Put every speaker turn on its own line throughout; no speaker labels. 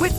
With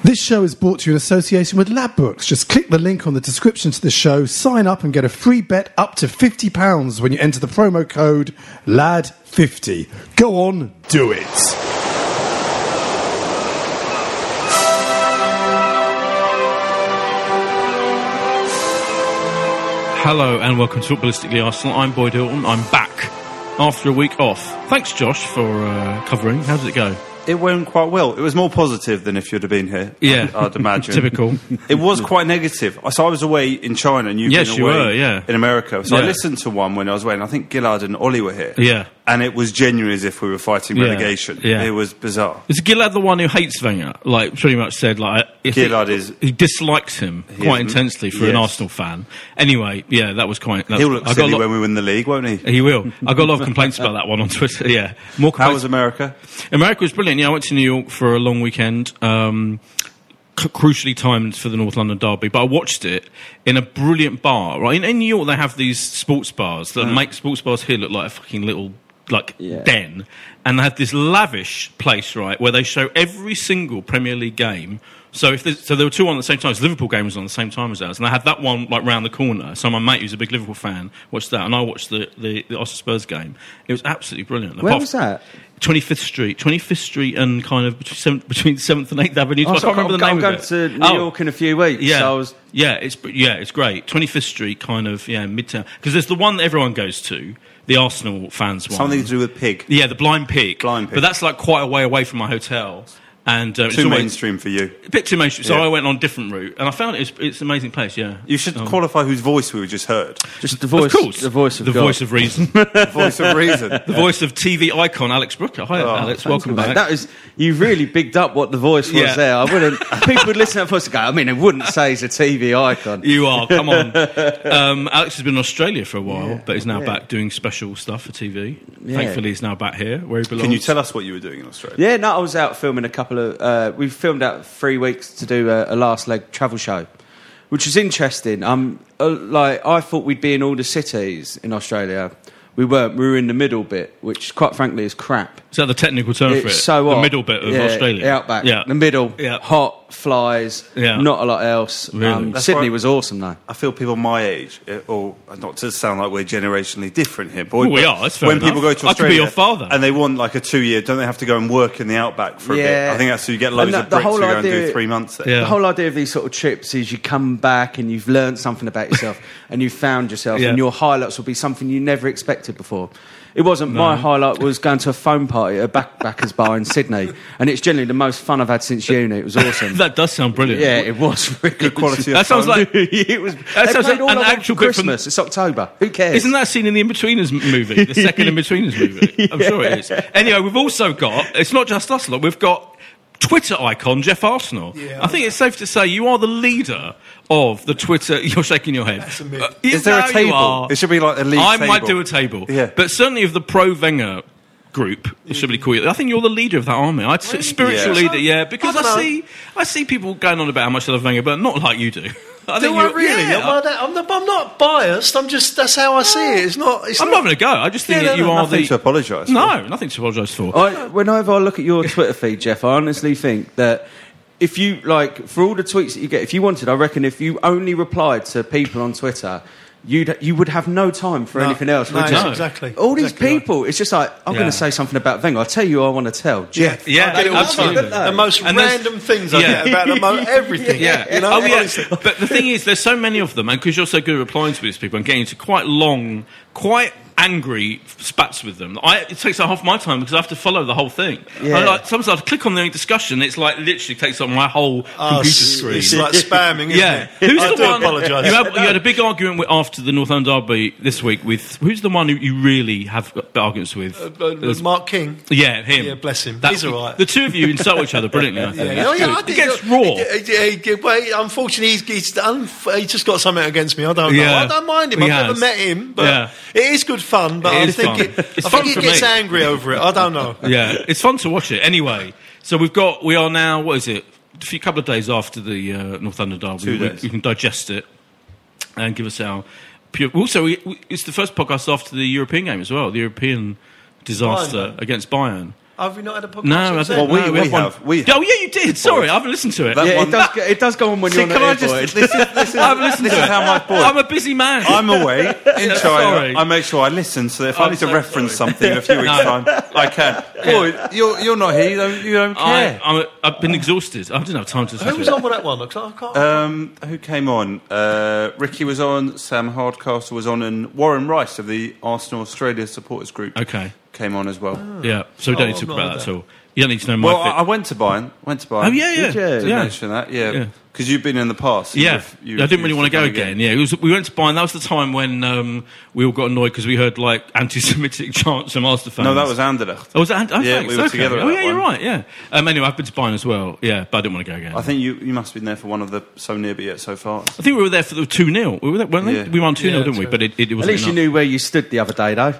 This show is brought to you in association with Labbooks. Just click the link on the description to the show, sign up, and get a free bet up to £50 when you enter the promo code LAD50. Go on, do it.
Hello and welcome to Footballistically Arsenal. I'm Boyd Hilton. I'm back after a week off. Thanks, Josh, for uh, covering. How did it go?
It went quite well. It was more positive than if you'd have been here.
Yeah.
I'd, I'd imagine.
Typical.
It was quite negative. So I was away in China, and you've
Yes,
been
you
away
were, yeah.
in America. So I
Yeah.
listened to one when I was away, and I think Gillard and Ollie were here.
Yeah.
and it was genuinely as if we were fighting
Yeah.
relegation.
Yeah.
it was bizarre.
Is Gillard the one who hates Wenger? Like, pretty much said, like, if he-
Gillard is-
He dislikes him
He
quite
is-
intensely for
yes.
an Arsenal fan. Anyway, yeah, that was quite. That,
He'll look
I got a
silly
lot-
when we win the league, won't he?
He will. I got a lot of complaints about that one on Twitter. Yeah, more
How
complaints.
was America?
America was brilliant. Yeah, I went to New York for a long weekend, um, c- crucially timed for the North London Derby. But I watched it in a brilliant bar. Right in, in New York, they have these sports bars that make sports bars here look like a fucking little like den, and they have this lavish place right where they show every single Premier League game. So if there's- so, there were two on at the same time. So Liverpool game was on at the same time as ours, and they had that one like round the corner. So my mate, who's a big Liverpool fan, watched that, and I watched the the, the Oscar Spurs game. It was absolutely brilliant.
Where
Apart
was
from-
that?
25th Street, 25th Street, and kind of between seventh- between 7th and 8th Avenue.
Oh,
I
so
can't remember the
I'm
name
going
of it.
to New
Oh,
York in a few weeks.
Yeah,
so I was
yeah, it's yeah, it's great. 25th Street, kind of yeah, midtown because there's the one that everyone goes to, the Arsenal fans one.
Something to do with pig.
yeah, the Blind Pig.
Blind Pig.
but that's like quite a way away from my hotel, and uh, it's
Too
always-
mainstream for you.
A bit too mainstream. So
Yeah.
I went on a different route, and I found it's it's an amazing place. Yeah,
You should
Um,
qualify whose voice we just heard.
just the voice,
of course,
the voice of
the
God.
voice of reason,
The voice of reason.
the voice of TV icon Alex Brooker. Hi,
Oh,
Alex. Welcome back.
That is you really bigged up what the voice was
Yeah.
there. I wouldn't. people would listen to that voice and go. I mean, they wouldn't say he's a TV icon.
You are. Come on. um, Alex has been in Australia for a while, but is now back doing special stuff for TV. Thankfully, he's now back here where he belongs.
Can you tell us what you were doing in Australia?
Yeah, no, I was out filming a couple of. Uh, we filmed out three weeks to do a, a last leg travel show, which was interesting. Um, uh, like I thought we'd be in all the cities in Australia. We weren't. We were in the middle bit, which, quite frankly, is crap.
Is that the technical term for it?
It's so
the
hot.
middle bit of
Yeah,
Australia.
the outback.
Yeah.
The middle.
Yeah.
Hot flies.
Yeah.
Not a lot else.
Really?
Um,
That's
Sydney
why-
was awesome though.
I feel people my age, eh, or not to sound like we're generationally different here, but
Well, we are, that's fair
when
enough.
people go to Australia,
I could be your father.
and they want like a two-year, don't they have to go and work in the outback for a bit? I think that's so you get
And
loads
that-
of bricks to go and do three months there.
Yeah.
The whole idea of these sort of trips is you come back and you've learned something about yourself and you've found yourself
Yeah.
and your highlights will be something you never expected before. It wasn't my highlight was going to a phone party at a backpackers bar in Sydney and it's generally the most fun I've had since uni. It was awesome.
That does sound brilliant.
yeah, it was really
Good quality of
That sounds
phone.
like
it was.
That
they
sounds
played
like
all
an
of them
actual
for
clip from-
Christmas. It's October. Who cares?
Isn't that seen in the Inbetweeners m- movie, the second Inbetweeners movie? I'm sure it is. Anyway, we've also got, it's not just us, look, we've got Twitter icon Jeff Arsenal. I think it's safe to say you are the leader of the Twitter. You're shaking your head. Uh, That's a myth.
Is there a table? It should be like a league
I might
table.
do a table.
Yeah.
But certainly of the pro Wenger group, should we call you? I think you're the leader of that army. I spiritual
Yeah.
leader, yeah, because I,
I don't know.
see I see people going on about how much they love Wenger, but not like you do. I
Do
think
I
you-
really?
yeah.
Am I that- I'm, not, I'm not biased. I'm just that's how I see
Ah.
it. It's not. It's
I'm not going to go. I just think
Yeah, no,
that you
no,
are
nothing
the
to
apologise.
No, nothing to apologise for.
I, whenever I look at your Twitter feed, Jeff, I honestly think that if you like, for all the tweets that you get, if you wanted, I reckon if you only replied to people on Twitter, you'd you would have no time for
No.
anything else.
No,
would you?
no, exactly.
All these people, it's just like I'm
Yeah.
going to say something about Wenger. I'll tell you, what I want to tell. Jeff.
I get it all the time. The most random things I get about the mo- everything.
Yeah.
You know,
oh, yeah.
honestly.
But the thing is, there's so many of them, and because you're so good at replying to these people and getting into quite long, quite angry spats with them, I, it takes up half my time because I have to follow the whole thing.
Yeah.
I, like, sometimes I'll click on the discussion, it's like literally takes up my whole
Oh,
computer
it's-
screen.
it's like spamming, isn't
yeah.
it?
Who's
I
the
do
one?
apologise.
You had, you had a big argument with, after the North End Derby this week with who's the one who you really have got arguments with?
Uh, uh,
There's-
Mark King.
yeah, him.
Yeah, bless him.
That-
He's all right.
The two of you insult each other brilliantly. I think.
Yeah, yeah,
That's
yeah, I
good.
think
it gets
he-
raw.
He, he, he- well, he- unfortunately, he's, he's, unf- he's just got something against me. I don't know.
Yeah.
I don't mind him.
He
I've never
has.
met him, but
Yeah.
it is good fun. But
It
I
is
think
fun.
it,
It's
I
fun
think he
for
gets
me.
angry over it. I don't know.
yeah, it's fun to watch it. Anyway, so we've got we are now what is it? A few couple of days after the uh, North Thunder derby,
Two
we,
days.
we can digest it and give us our. Pure, also, we, we- it's the first podcast after the European game as well. The European disaster
Bayern.
against Bayern.
Have we not had a podcast?
No, I
since
don't.
then?
no, had one- Oh yeah, you did. Sorry, I haven't listened to it.
yeah, it does. Go, it does go on when
See,
you're
can I
not
just-
here,
this is- this is- I haven't listened
this
to
is
it.
how my boy.
I'm a busy man.
I'm away in
Yeah, sorry.
China. I make sure I listen. So if i
I'm
need
so
to reference
sorry.
something in a few weeks'
No.
time, I can. Boy, you're you're not here. You don't, you don't
I,
care.
I'm, I've been exhausted. I didn't have time to. listen
Who
to
was
it.
on with that one? 'Cause I can't.
um, who came on? Uh, Ricky was on. Sam Hardcastle was on, and Warren Rice of the Arsenal Australia supporters group.
Okay.
came on as well.
Yeah, so we don't
Oh,
need to
I've
talk
not
about
heard
that at
that.
all. You don't need to know my
Well, I,
fit.
I went to Bayern. Went to Bayern.
Oh, yeah, yeah.
Did
Yeah.
mention that?
Yeah.
Yeah, because you've been in the past. and
Yeah,
you've-
I
you
didn't really
refused
want to go
come
again. Yeah, it was, we went to Bayern. That was the time when um, we all got annoyed because we heard like anti-Semitic chants from Arsenal fans.
No, that was Anderlecht.
Oh, was that? And- oh,
yeah,
thanks,
we were
okay.
together. at
Oh, yeah,
that
you're
one.
right. Yeah. Um, anyway, I've been to Bayern as well. Yeah, but I didn't want to go again.
I think you you must have been there for one of the so near but yet so far.
I think we were there for the two 0 We were there, weren't we?
Yeah.
We won two
Yeah,
0 didn't we?
true.
But it, it, it
At
was
least you
knew where you stood the other day, though.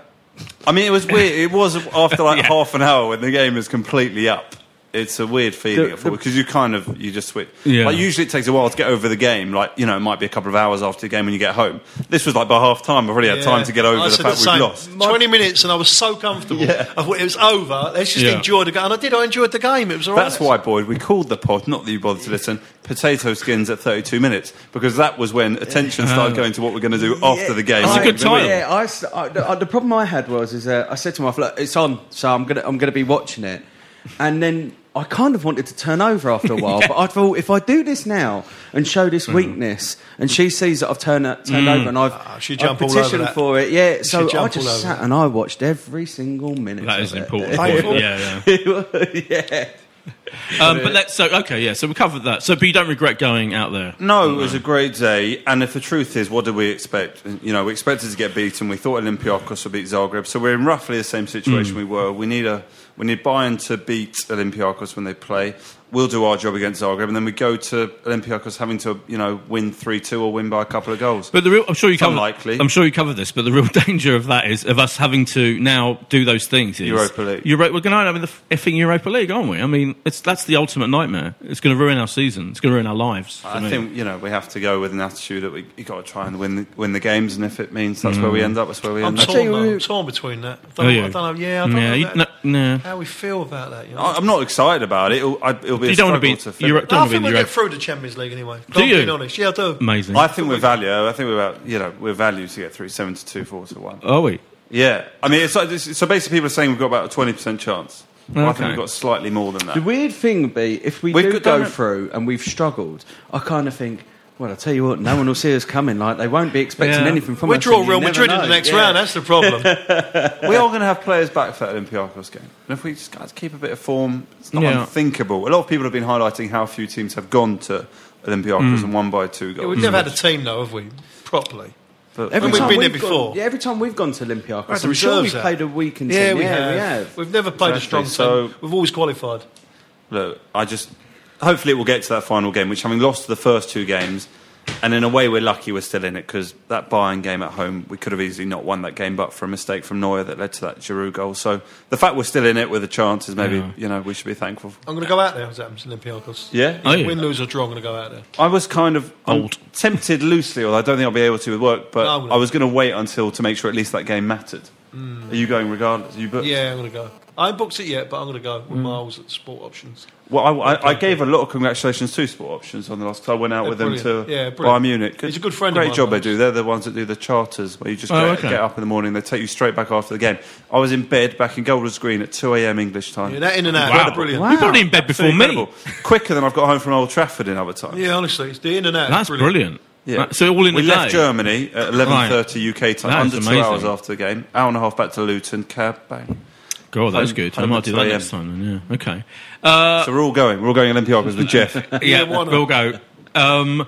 I mean, it was weird. It was after like half an hour when the game is completely up. It's a weird feeling
The-
because you kind of you just switch.
Yeah.
Like usually it takes a while to get over the game. Like you know, it might be a couple of hours after the game when you get home. This was like by half time. I've already had
Yeah.
time to get over
I
the
said
fact we've
same.
lost.
20 minutes and I was so comfortable. I thought it was over. Let's just
Yeah.
enjoy the game. And I did. I enjoyed the game. It was all right.
That's why, Boyd, we called the pod, not that you bothered to listen, Potato Skins at 32 minutes, because that was when attention
Uh-huh.
started going to what we're going to do after the game.
I- Yeah, I s- I- the, uh, the problem I had was is uh, I said to my wife, "Look, it's on, so I'm gonna I'm gonna be watching it," and then I kind of wanted to turn over after a while, but I thought if I do this now and show this weakness, and she sees that I've turned turned
Mm.
over and I've,
Ah, she'd
I've
jump all over
petitioned
that.
for it, yeah. So
She'd jump
I
all
just
over
sat
that.
and I watched every single minute.
That
of
is
it.
an important point. Yeah,
yeah.
Um, but let's so okay. Yeah, so we covered that. So, but you don't regret going out there.
No, it was a great day. And if the truth is, what did we expect? You know, we expected to get beaten. We thought Olympiacos would beat Zagreb. So we're in roughly the same situation
Mm.
we were. We need, a, we need Bayern to beat Olympiacos when they play. We'll do our job against Zagreb. And then we go to Olympiacos having to, you know, win 3 2 or win by a couple of goals.
But the real, I'm sure you
It's
covered.
unlikely.
I'm sure you covered this, but the real danger of that is of us having to now do those things. Is
Europa League.
Euro, we're going to end up in the effing Europa League, aren't we? I mean, it's that's the ultimate nightmare. It's going to ruin our season. It's going to ruin our lives. for
I
me.
think you know we have to go with an attitude that we you got to try and win the, win the games, and if it means that's
Mm.
where we end up, that's where we
I'm
end up.
torn, though. I'm torn between that. I don't,
Are
know-
you?
I don't know. Yeah, I don't
Yeah,
know
you-
about-
no, no.
how we feel about that. You know?
I- I'm not excited about it. It'll, I, it'll be
You
a
don't
struggle
wanna be-
to
Euro-
finish.
I
don't wanna be
think
in
we'll
Europe.
get through the Champions League anyway.
Do
I'm
you?
being honest. Yeah, I do.
Amazing.
I think we're value. I think we're about you know we're value to get through seven to two, four to one.
Are we?
Yeah, I mean, it's like, this- so basically, people are saying we've got about a twenty percent chance. Well, I
Okay.
think we've got slightly more than
The
that.
weird thing would be if we
We've
do
got-
go
don't-
through and we've struggled, I kind of think, well, I tell you what, no one will see us coming. Like they won't be expecting
Yeah.
anything from
We
us.
draw
and you
Real
never
Madrid in
know.
the next
Yeah.
round. That's the problem.
we are going to have players back for that Olympiacos game, and if we just guys keep a bit of form, it's not
Yeah.
unthinkable. A lot of people have been highlighting how few teams have gone to Olympiacos
Hmm.
Mm.
and won by two goals.
Yeah, we've never had a team though, have we? Properly.
But-
Every
And we've
time
been there
we've
before.
Gone, yeah, every time we've gone to
We had
Olympiacos,
the
I'm sure we've
reserves out.
played a weekend
Yeah,
team.
we,
yeah,
have.
we have.
We've never played a
Exactly.
strong
So-
team. We've always qualified.
Look, I just hopefully it will get to that final game, which having lost the first two games, And in a way, we're lucky we're still in it because that Bayern game at home, we could have easily not won that game, but for a mistake from Neuer that led to that Giroud goal. So the fact we're still in it with a chance is maybe
Yeah.
you know we should be thankful. For.
I'm going to go out there as Adams Olympiacos.
Yeah? Oh, yeah.
Win, lose, or draw, I'm going to go out there.
I was kind of I'm tempted loosely, although I don't think I'll be able to with work. But
No, I'm gonna-
I was going to wait until to make sure at least that game mattered.
Hmm.
Are you going regardless? Are you booked?
Yeah, I'm going to go. I ain't booked it yet, but I'm going to go
Mm.
with Miles at Sport Options.
Well, I, I, I gave a lot of congratulations to Sport Options on the last. 'cause I went out
They're
with them
brilliant.
to
Yeah,
Bayern
brilliant.
Munich.
He's a good friend of
Great
mine,
job they
Miles.
do. They're the ones that do the charters where you just
Oh,
get,
okay.
get up in the morning. They take you straight back after the game. I was in bed back in Golders Green at two a.m. English time.
Yeah, that in and out.
Incredible.
Brilliant. Wow. You're probably in bed
Absolutely
before me.
incredible. Quicker than I've got home from Old Trafford in other times.
Yeah, honestly, it's the internet.
That's
brilliant.
Yeah.
That- so all in
we
a
left
day.
Germany at eleven thirty
Right.
UK time,
That is
under two
amazing.
hours after the game. Hour and a half back to Luton, cab bang.
God, that's
Home-
good. I
home
might
at
do that
3
next
a.m..
time. Then, yeah. Okay. Uh,
so we're all going. We're all going Olympiacos with Jeff.
yeah, we'll go. Um,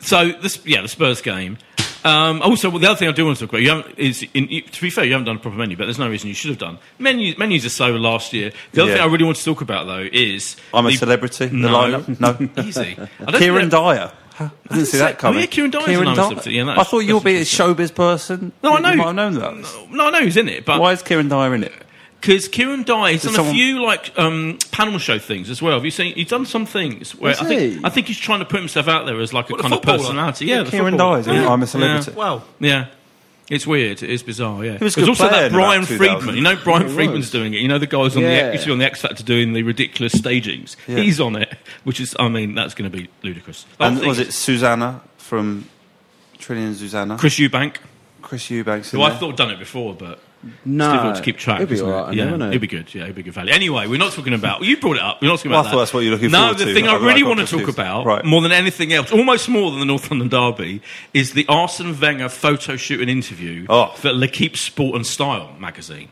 so this, yeah, the Spurs game. Um, also, well, the other thing I do want to talk about you haven't, is, in, you, to be fair, you haven't done a proper menu, but there's no reason you should have done. Menus, menus are so last year. The other
Yeah.
thing I really want to talk about though is
I'm a
the-
celebrity. The
No,
lineup. No,
easy. I don't
Kieran
think-
Dyer. Huh? I didn't
That's
see
it.
that coming.
Oh, yeah, Kieran Dyer's another celebrity, yeah, that's-
I thought you'll be a showbiz person.
No, I know. Uh,
You might have known that.
No, I know he's in it. But
why is Kieran Dyer in it?
Because Kieran Dyer, he's
Did
done
someone-
a few like um, panel show things as well. Have you seen? He's done some things where
Has
I think
he?
I think he's trying to put himself out there as like a
What, the
kind of
footballer?
personality. Yeah,
Yeah,
the
Kieran
footballer.
Dyer's in it.
Yeah.
I'm a celebrity.
Yeah.
Wow.
Yeah. It's weird. It is bizarre. Yeah.
He was a
There's
good
also
player
that
in about
Brian
2000.
Friedman. You know,
He
Brian
was.
Friedman's doing it. You know, the guy who's on
Yeah.
the used to be on the X Factor doing the ridiculous stagings.
Yeah.
He's on it, which is, I mean, that's going to be ludicrous.
And
I think
was it Susanna from Trillian and Susanna?
Chris Eubank?
Chris Eubanks. in
Who I
there.
thought had done it before, but
No.
it's difficult to keep track.
It'd be
isn't
all right, I
it? yeah,
know, wouldn't it?
it'd be good. Yeah, it'd be good value. Anyway, we're not talking about. You brought it up. We're not talking
Well,
about.
I thought
that.
that's what you're looking
no,
forward
the
to,
thing
but
I
I got-
really
I got
want to talk
confused.
about,
Right.
more than anything else, almost more than the North London derby, is the Arsene Wenger photo shoot and interview
Oh,
for L'Equipe Sport and Style magazine.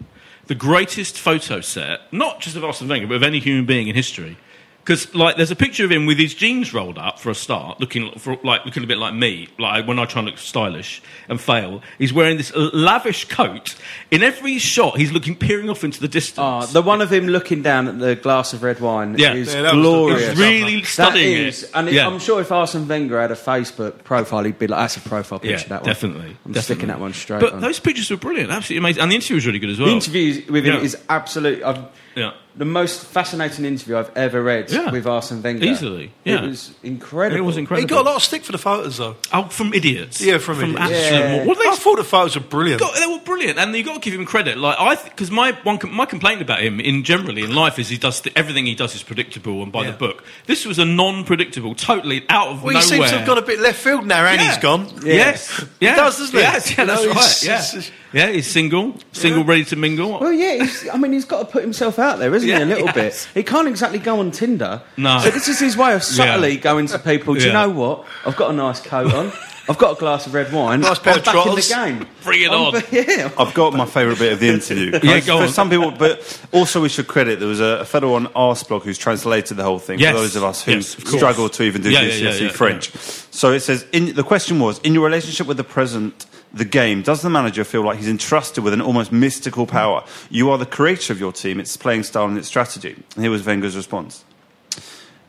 The greatest photo set, not just of Arsene Wenger, but of any human being in history. Because like, there's a picture of him with his jeans rolled up for a start, looking for, like looking a bit like me, like when I try and look stylish and fail. He's wearing this lavish coat. In every shot, he's looking peering off into the distance.
Ah, the one of him looking down at the glass of red wine
Yeah.
is
Yeah, that was the-
glorious.
He's really
That
studying it.
is, And it-
Yeah.
I'm sure if Arsene Wenger had a Facebook profile, he'd be like, that's a profile picture,
Yeah,
that one.
definitely.
I'm
definitely.
sticking that one straight
But
on.
those pictures were brilliant, absolutely amazing, and the interview was really good as well.
The interview with him
Yeah.
is absolute. I've,
Yeah.
The most fascinating interview I've ever read
Yeah.
with Arsene Wenger.
Easily, yeah.
It was incredible.
It was
He
incredible.
got a lot of stick for the photos, though.
Oh, from idiots.
Yeah, from, idiots.
absolute- What they
I thought the photos were brilliant.
God, they were brilliant, and you got to give him credit. Like I, because my one, com- my complaint about him in generally in life is he does the, everything he does is predictable and by the book. This was a non-predictable, totally out of
Well, he
nowhe's nowhere.
seems to have gone a bit left field now, and he's gone.
Yes, yeah.
He does, doesn't he?
Yes, yeah,
You know,
that's
he's-
right. Yeah. yeah, he's single, single, ready to mingle.
Well, yeah, he's, I mean, he's got to put himself out there, isn't he?
Yeah,
A little
yes.
bit. He can't exactly go on Tinder.
No.
So this is his way of subtly
Yeah.
going to people. Do you
Yeah.
know what? I've got a nice coat on. I've got a glass of red wine.
Nice pair
I'm
of
back in the
trotters.
game.
Bring it
I'm
on.
ba- yeah.
I've got my favourite bit of the interview.
Yeah,
I-
go
for
on.
some people, but also we should credit there was a, a fellow on Arsblog who's translated the whole thing
Yes.
for those of us who
Yes, of course.
struggle to even do
Yeah, yeah,
GCSE
yeah, yeah,
French. So it says in, the question was in your relationship with the present, the game. Does the manager feel like he's entrusted with an almost mystical power? You are the creator of your team, its playing style and its strategy. And here was Wenger's response.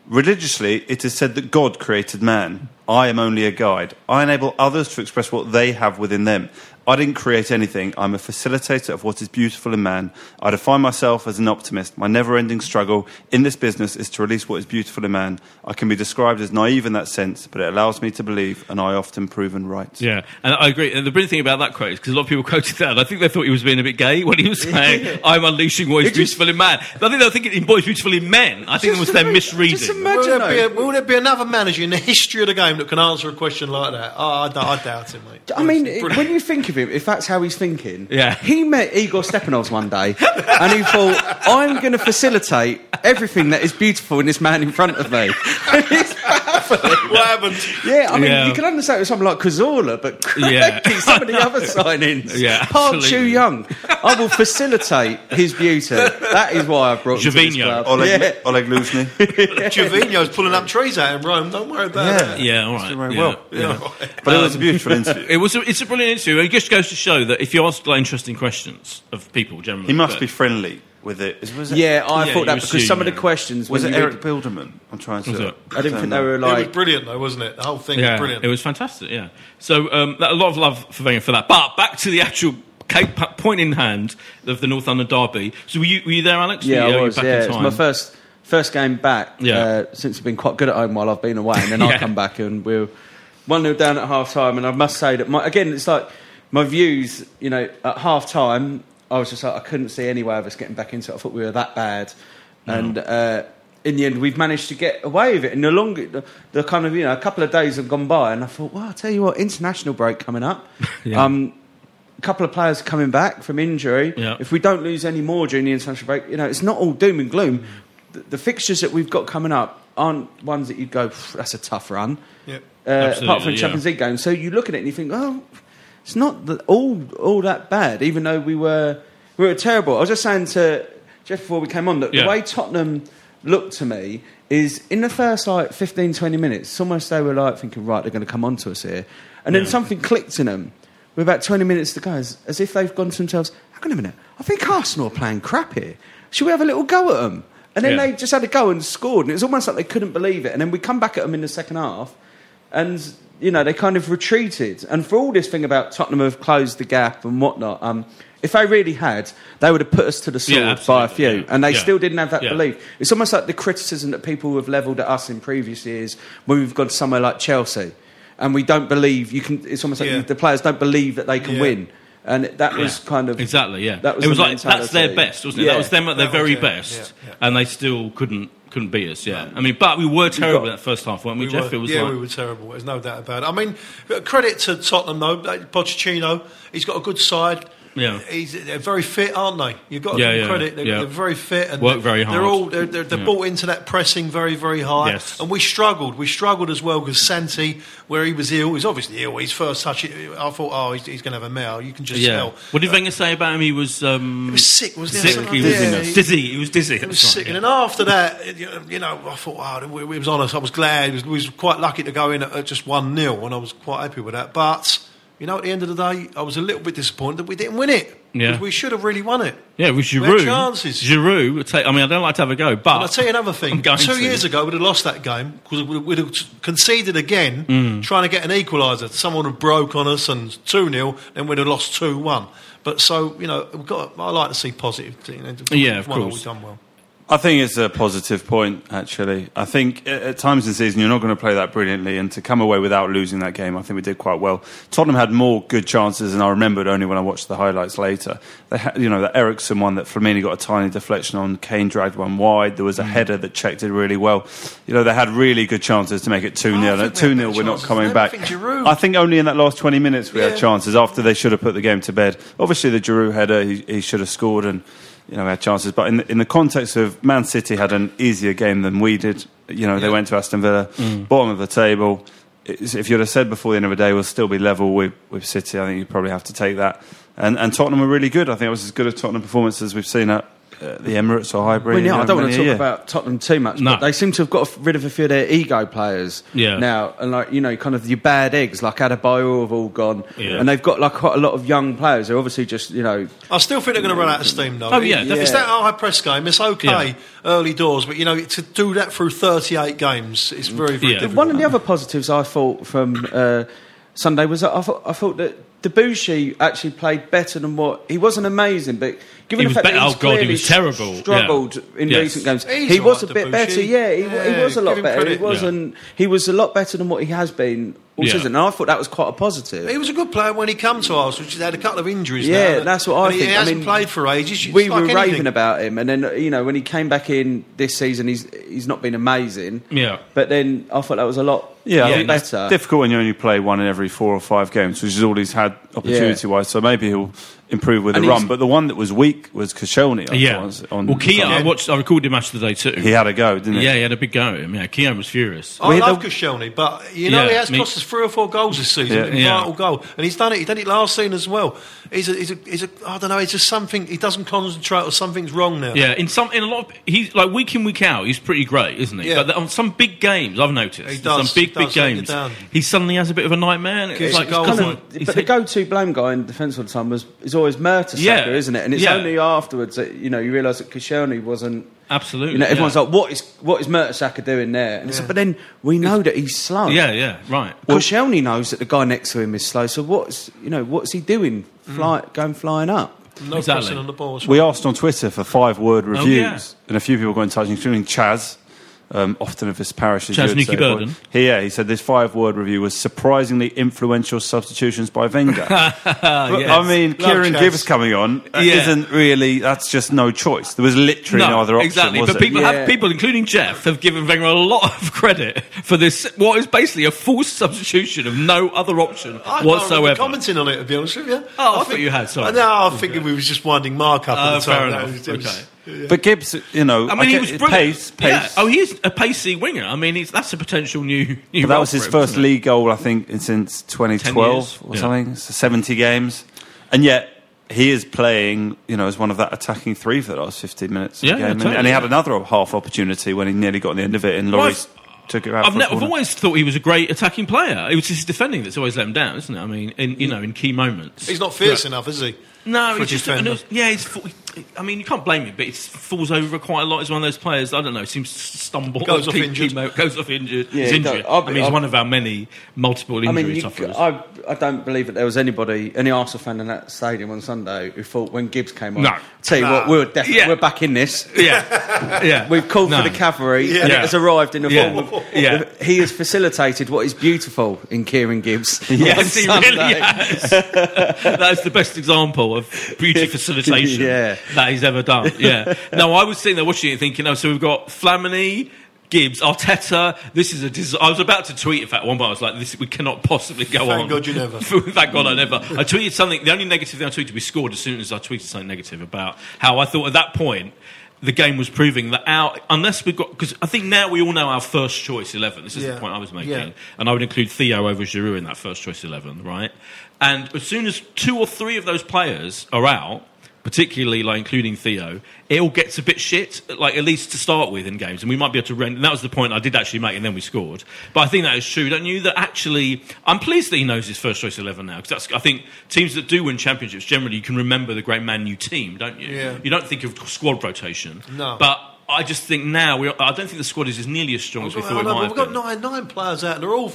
Religiously, it is said that God created man. I am only a guide. I enable others to express what they have within them. I didn't create anything. I'm a facilitator of what is beautiful in man. I define myself as an optimist. My never ending struggle in this business is to release what is beautiful in man. I can be described as naive in that sense, but it allows me to believe, and I often proven right.
Yeah, and I agree. And the brilliant thing about that quote is because a lot of people quoted that, and I think they thought he was being a bit gay when he was saying, "I'm unleashing what is beautiful in man." I think they were thinking in boys beautiful in men. I think it was their misreading.
Will there, be a, will there be another manager in the history of the game that can answer a question like that? Oh, I, d- I doubt it, mate.
I mean, it- when you think of him, if that's how he's thinking,
Yeah.
he met Igor Stepanovs one day and he thought, I'm going to facilitate everything that is beautiful in this man in front of me. It's baffling.
What happened?
Yeah, I mean,
Yeah.
you can understand with someone like Cazorla, but
Yeah.
crikey, some of the other signings.
Yeah,
Park
absolutely.
Chu Young. I will facilitate his beauty. That is why I've brought him to this
Jovino.
club.
Oleg,
Yeah.
Oleg Luzhny.
Jovino's pulling up trees out in Rome. Don't worry about that.
Yeah, all right.
very
yeah,
well.
yeah. Um,
But it was a beautiful interview.
It was. A, it's a brilliant interview. It just goes to show that if you ask like, interesting questions of people generally,
He must
but-
be friendly. with it. Is- was it-
Yeah, I thought that because some of the questions
was
when
it
you
Eric
read-
Bilderman? I'm trying to.
Was it?
I didn't think they were
it
like.
was brilliant though, wasn't it? The whole thing
yeah,
was brilliant.
It was fantastic. Yeah. So um, that- a lot of love for Wenger for that. But back to the actual cake pa- point in hand of the North London derby. So were you, were you there, Alex?
Yeah,
Were you-
I
were you
was.
back
Yeah,
in
it was
time?
my first first game back.
Yeah.
Uh, since I've been quite good at home while I've been away, and then I
Yeah.
come back and we're one 0 down at half time. And I must say that my again, it's like my views. You know, at half time, I was just like I couldn't see any way of us getting back into it. I thought we were that bad, and. Uh, in the end, we've managed to get away with it. And the longer, the, the kind of, you know, a couple of days have gone by, and I thought, well, I'll tell you what, international break coming up.
Yeah.
Um, a couple of players coming back from injury.
Yeah.
If we don't lose any more during the international break, you know, it's not all doom and
Mm.
gloom. The, the fixtures that we've got coming up aren't ones that you'd go, "Phew, that's a tough run.
Yep.
Uh, apart from
Absolutely,
the
yeah.
Champions League game. So you look at it and you think, oh, it's not the, all all that bad. Even though we were uh, we were terrible. I was just saying to Jeff before we came on that
Yeah.
the way Tottenham looked to me is in the first like 15, 20 minutes, it's almost they were like thinking, right, they're going to come on to us here, and then
Yeah.
something clicked in them. With about twenty minutes to go, as, as if they've gone to themselves. Hang on a minute, I think Arsenal are playing crap here. Should we have a little go at them? And then
Yeah.
they just had a go and scored, and it was almost like they couldn't believe it. And then we come back at them in the second half, and you know they kind of retreated. And for all this thing about Tottenham have closed the gap and whatnot, um, if they really had, they would have put us to the sword
Yeah,
by a few, and they
Yeah.
still didn't have that
Yeah.
belief. It's almost like the criticism that people have levelled at us in previous years when we've gone somewhere like Chelsea, and we don't believe you can. It's almost like
Yeah.
the players don't believe that they can
Yeah.
win, and that was
Yeah.
kind of
exactly yeah.
That was
it was
the
like that's their
mentality.
best, wasn't it?
Yeah.
That was them at their
That was
very
it,
best,
yeah,
and they still couldn't couldn't beat us. Yeah, I mean, but we were terrible in that first half, weren't we,
We
Jeff?
were-
it was
yeah,
like
we were terrible. There's no doubt about it. I mean, credit to Tottenham though. like Pochettino, he's got a good side.
Yeah.
he's, they're very fit, aren't they? You've got to
Yeah,
give them
yeah,
credit. They're,
yeah.
they're very fit and
Work very
They're
hard.
all they're, they're, they're
Yeah.
bought into that pressing very, very high.
Yes.
And we struggled. We struggled as well because Santi, where he was ill, he's obviously ill. His first touch, I thought, oh, he's, he's going to have a mouth. You can just
yeah.
tell.
What did Wenger say about him? He was um, he
was sick, wasn't he?
sick.
Something
He
like
was
that. Yeah.
dizzy. He was dizzy.
It was sick. And then after that, you know, you know, I thought, wow, it was on us. I was glad. It was, we was quite lucky to go in at, at just 1 0, and I was quite happy with that. But, you know, at the end of the day, I was a little bit disappointed that we didn't win it.
Yeah.
Because We should have really won it.
Yeah, with
We had
Giroud.
chances.
Giroud. would take- I mean, I don't like to have a go,
And I'll
but
tell you another thing.
I'm going
Two
to.
years ago, we'd have lost that game because we'd, we'd have conceded again,
Mm.
trying to get an equaliser. Someone had broke on us and 2 0, then we'd have lost 2 1. But so, you know, we've got, I like to see positive. You know,
Yeah, of
one all,
course.
We've done well.
I think it's a positive point, actually. I think at at times in the season, you're not going to play that brilliantly, and to come away without losing that game, I think we did quite well. Tottenham had more good chances, and I remembered only when I watched the highlights later. They had, you know, the Ericsson one that Flamini got a tiny deflection on, Kane dragged one wide, there was a header that checked it really well. You know, they had really good chances to make it 2 0. At 2 0, we're not coming back. I think only in that last 20 minutes we
Yeah.
had chances after they should have put the game to bed. Obviously, the Giroud header, he, he should have scored and you know, we had chances. But in the, in the context of Man City had an easier game than we did. You know, they went to Aston Villa,
Mm.
bottom of the table. It's- If you'd have said before the end of the day, we'll still be level with, with City, I think you probably have to take that. And, and Tottenham were really good. I think it was as good a Tottenham performance as we've seen at uh, the Emirates or Highbury.
Well,
you
yeah,
know,
I don't want
many a
to talk
year.
about Tottenham too much,
No.
but they seem to have got rid of a few of their ego players
Yeah.
now, and like you know, kind of your bad eggs like Adebayor have all gone,
Yeah.
and they've got like quite a lot of young players. They're obviously just you know,
I still think they're going to run out of steam, though.
Oh, yeah, definitely.
It's that high press game. It's okay
Yeah.
early doors, but, you know, to do that through 38 games, it's very, very difficult.
One of the other positives I thought from uh, Sunday was that I thought, I thought that Debussy actually played better than what he wasn't amazing, but
He
given the
was
fact
better-
that he's
oh, God, he
clearly
was terrible.
struggled
Yeah.
in
Yes.
recent games,
He's
he was
all right,
a bit
Debussy.
better. Yeah, he, wa-
Yeah,
he was a
give
lot
him
better. He
credit. Yeah.
wasn't. He was a lot better than what he has been all
Yeah.
season, and I thought that was quite a positive.
He was a good player when he came to Arsenal. He's had a couple of injuries now,
Yeah,
and-
that's what I
and he-
think.
He
I
hasn't
mean,
played for ages. It's
we were
like anything.
raving about him, and then you know when he came back in this season, he's he's not been amazing.
Yeah.
but then I thought that was a lot.
Yeah, I
lot
think that's
better.
difficult when you only play one in every four or five games, which is all he's had opportunity wise. So maybe he'll improve with
And
a
he's-
run. But the one that was weak was Koscielny. I
yeah.
thought, on-
well, Keogh, I
Sunday.
watched. I recorded match today too.
He had a go, didn't he?
Yeah, he had a big go at him. Yeah, Keogh was furious.
I love Koscielny, but you know
Yeah,
he has
me-
cost us three or four goals this season.
Yeah.
a
Yeah.
Vital goal, and he's done it. He did it last season as well. He's a, he's a, he's a I don't know. It's just something he doesn't concentrate, or something's wrong now.
Yeah, in some, in a lot of, he's like week in week out, he's pretty great, isn't he?
Yeah.
But on some big games, I've noticed
He does,
some big
he does
big
let you
games,
down.
he suddenly has a bit of a nightmare. And it's
Gives
like
you goals.
come on,
Kind
he's
but the
hit-
go-to absolute blame guy in defence all the time was is always Mertesacker,
Yeah.
isn't it? And it's
Yeah.
only afterwards that you know you realise that Koscielny wasn't.
Absolutely.
You know, everyone's
yeah.
like, "What is what is Mertesacker doing there?" And it's like, but then we know that he's slow.
Yeah, yeah, right.
Koscielny knows that the guy next to him is slow. So what's you know what's he doing? Fly, going flying up.
No
Exactly.
pressing Mm. on the ball. as
We
well.
asked on Twitter for five word
Oh,
reviews,
yeah.
and a few people got in touch, including Chaz, um, often of his parish. as
Chaz
you would
Nuki
say,
Burden.
boy. He, yeah, he said this five word review was surprisingly influential substitutions by Wenger. But, I mean,
Love
Kieran
Chaz.
Gibbs coming on uh,
Yeah.
isn't really, that's just no choice. There was literally no, other option.
Exactly,
was
but
it?
people have people, including Jeff, have given Wenger a lot of credit for this. What is basically a forced substitution of no other option
I can't remember
whatsoever.
commenting on it, to be honest with you.
Oh, I thought you had, sorry.
No, I think we was just winding Mark up
Oh,
at the time.
fair
That
enough.
was- that was-
Okay.
yeah.
But Gibbs, you know,
I mean, he
get-
was brilliant.
pace, pace.
Yeah. Oh, he's a pacey winger. I mean, he's, that's a potential new. new
But that
role
was his
for him,
first
isn't it?
league goal, I think, in- since
10 years,
2012 or
yeah.
something. So 70 games, and yet he is playing, you know, as one of that attacking three for the last 15 minutes.
Yeah,
of the
yeah,
game. And-
totally,
and, he had
yeah.
another half opportunity when he nearly got on the end of it, and
Well,
Lloris took it out.
I've,
for a
ne- I've
corner.
always thought he was a great attacking player. It was his defending that's always let him down, isn't it? I mean, in, you know, in key moments.
He's not fierce enough, is he?
No,
For a
it's just and
defender.
it was- yeah. It's, fa- I mean, you can't blame him, but it falls over quite a lot. He's one of those players. I don't know. Seems to stumble,
Goes off
keep-
injured.
keep- goes off injured.
Yeah,
he's
he does.
injured.
I'll
I
be-
mean, he's
I'll-
one of our many multiple
I
injury
mean, you,
sufferers.
I, I don't believe that there was anybody, any Arsenal fan in that stadium on Sunday who thought when Gibbs came on.
No.
Tell you what,
Nah.
we're definitely
Yeah.
we're back in this.
yeah, yeah.
We've called
No.
for the cavalry, and it
Yeah.
has arrived in the
Yeah.
form of.
Yeah.
He has facilitated what is beautiful in Kieran Gibbs.
Yes, he
on
really
Sunday.
has. That's the best example of beauty facilitation
Yeah.
that he's ever done. Yeah. No, I was sitting there watching it thinking, oh, so we've got Flamini, Gibbs, Arteta. This is a dis- I was about to tweet, in fact, one, but I was like, this, we cannot possibly go
Thank
on.
God you never.
Thank God I never. I tweeted something. The only negative thing I tweeted, we scored as soon as I tweeted something negative about how I thought at that point the game was proving that our unless we've got because I think now we all know our first choice eleven. This is
Yeah.
the point I was making,
Yeah.
and I would include Theo over Giroud in that first choice eleven, right? And as soon as two or three of those players are out. Particularly, like including Theo, it all gets a bit shit. Like at least to start with in games, and we might be able to rent. And that was the point I did actually make, and then we scored. But I think that is true, don't you? That actually, I'm pleased that he knows his first choice eleven now because that's. I think teams that do win championships generally you can remember the great Man U team, don't you?
Yeah.
You don't think of squad rotation.
No.
But I just think now we. I don't think the squad is as nearly as strong as we
Well,
thought
I
it
know,
might
but
have
we've
been.
got nine, nine players out, and they're all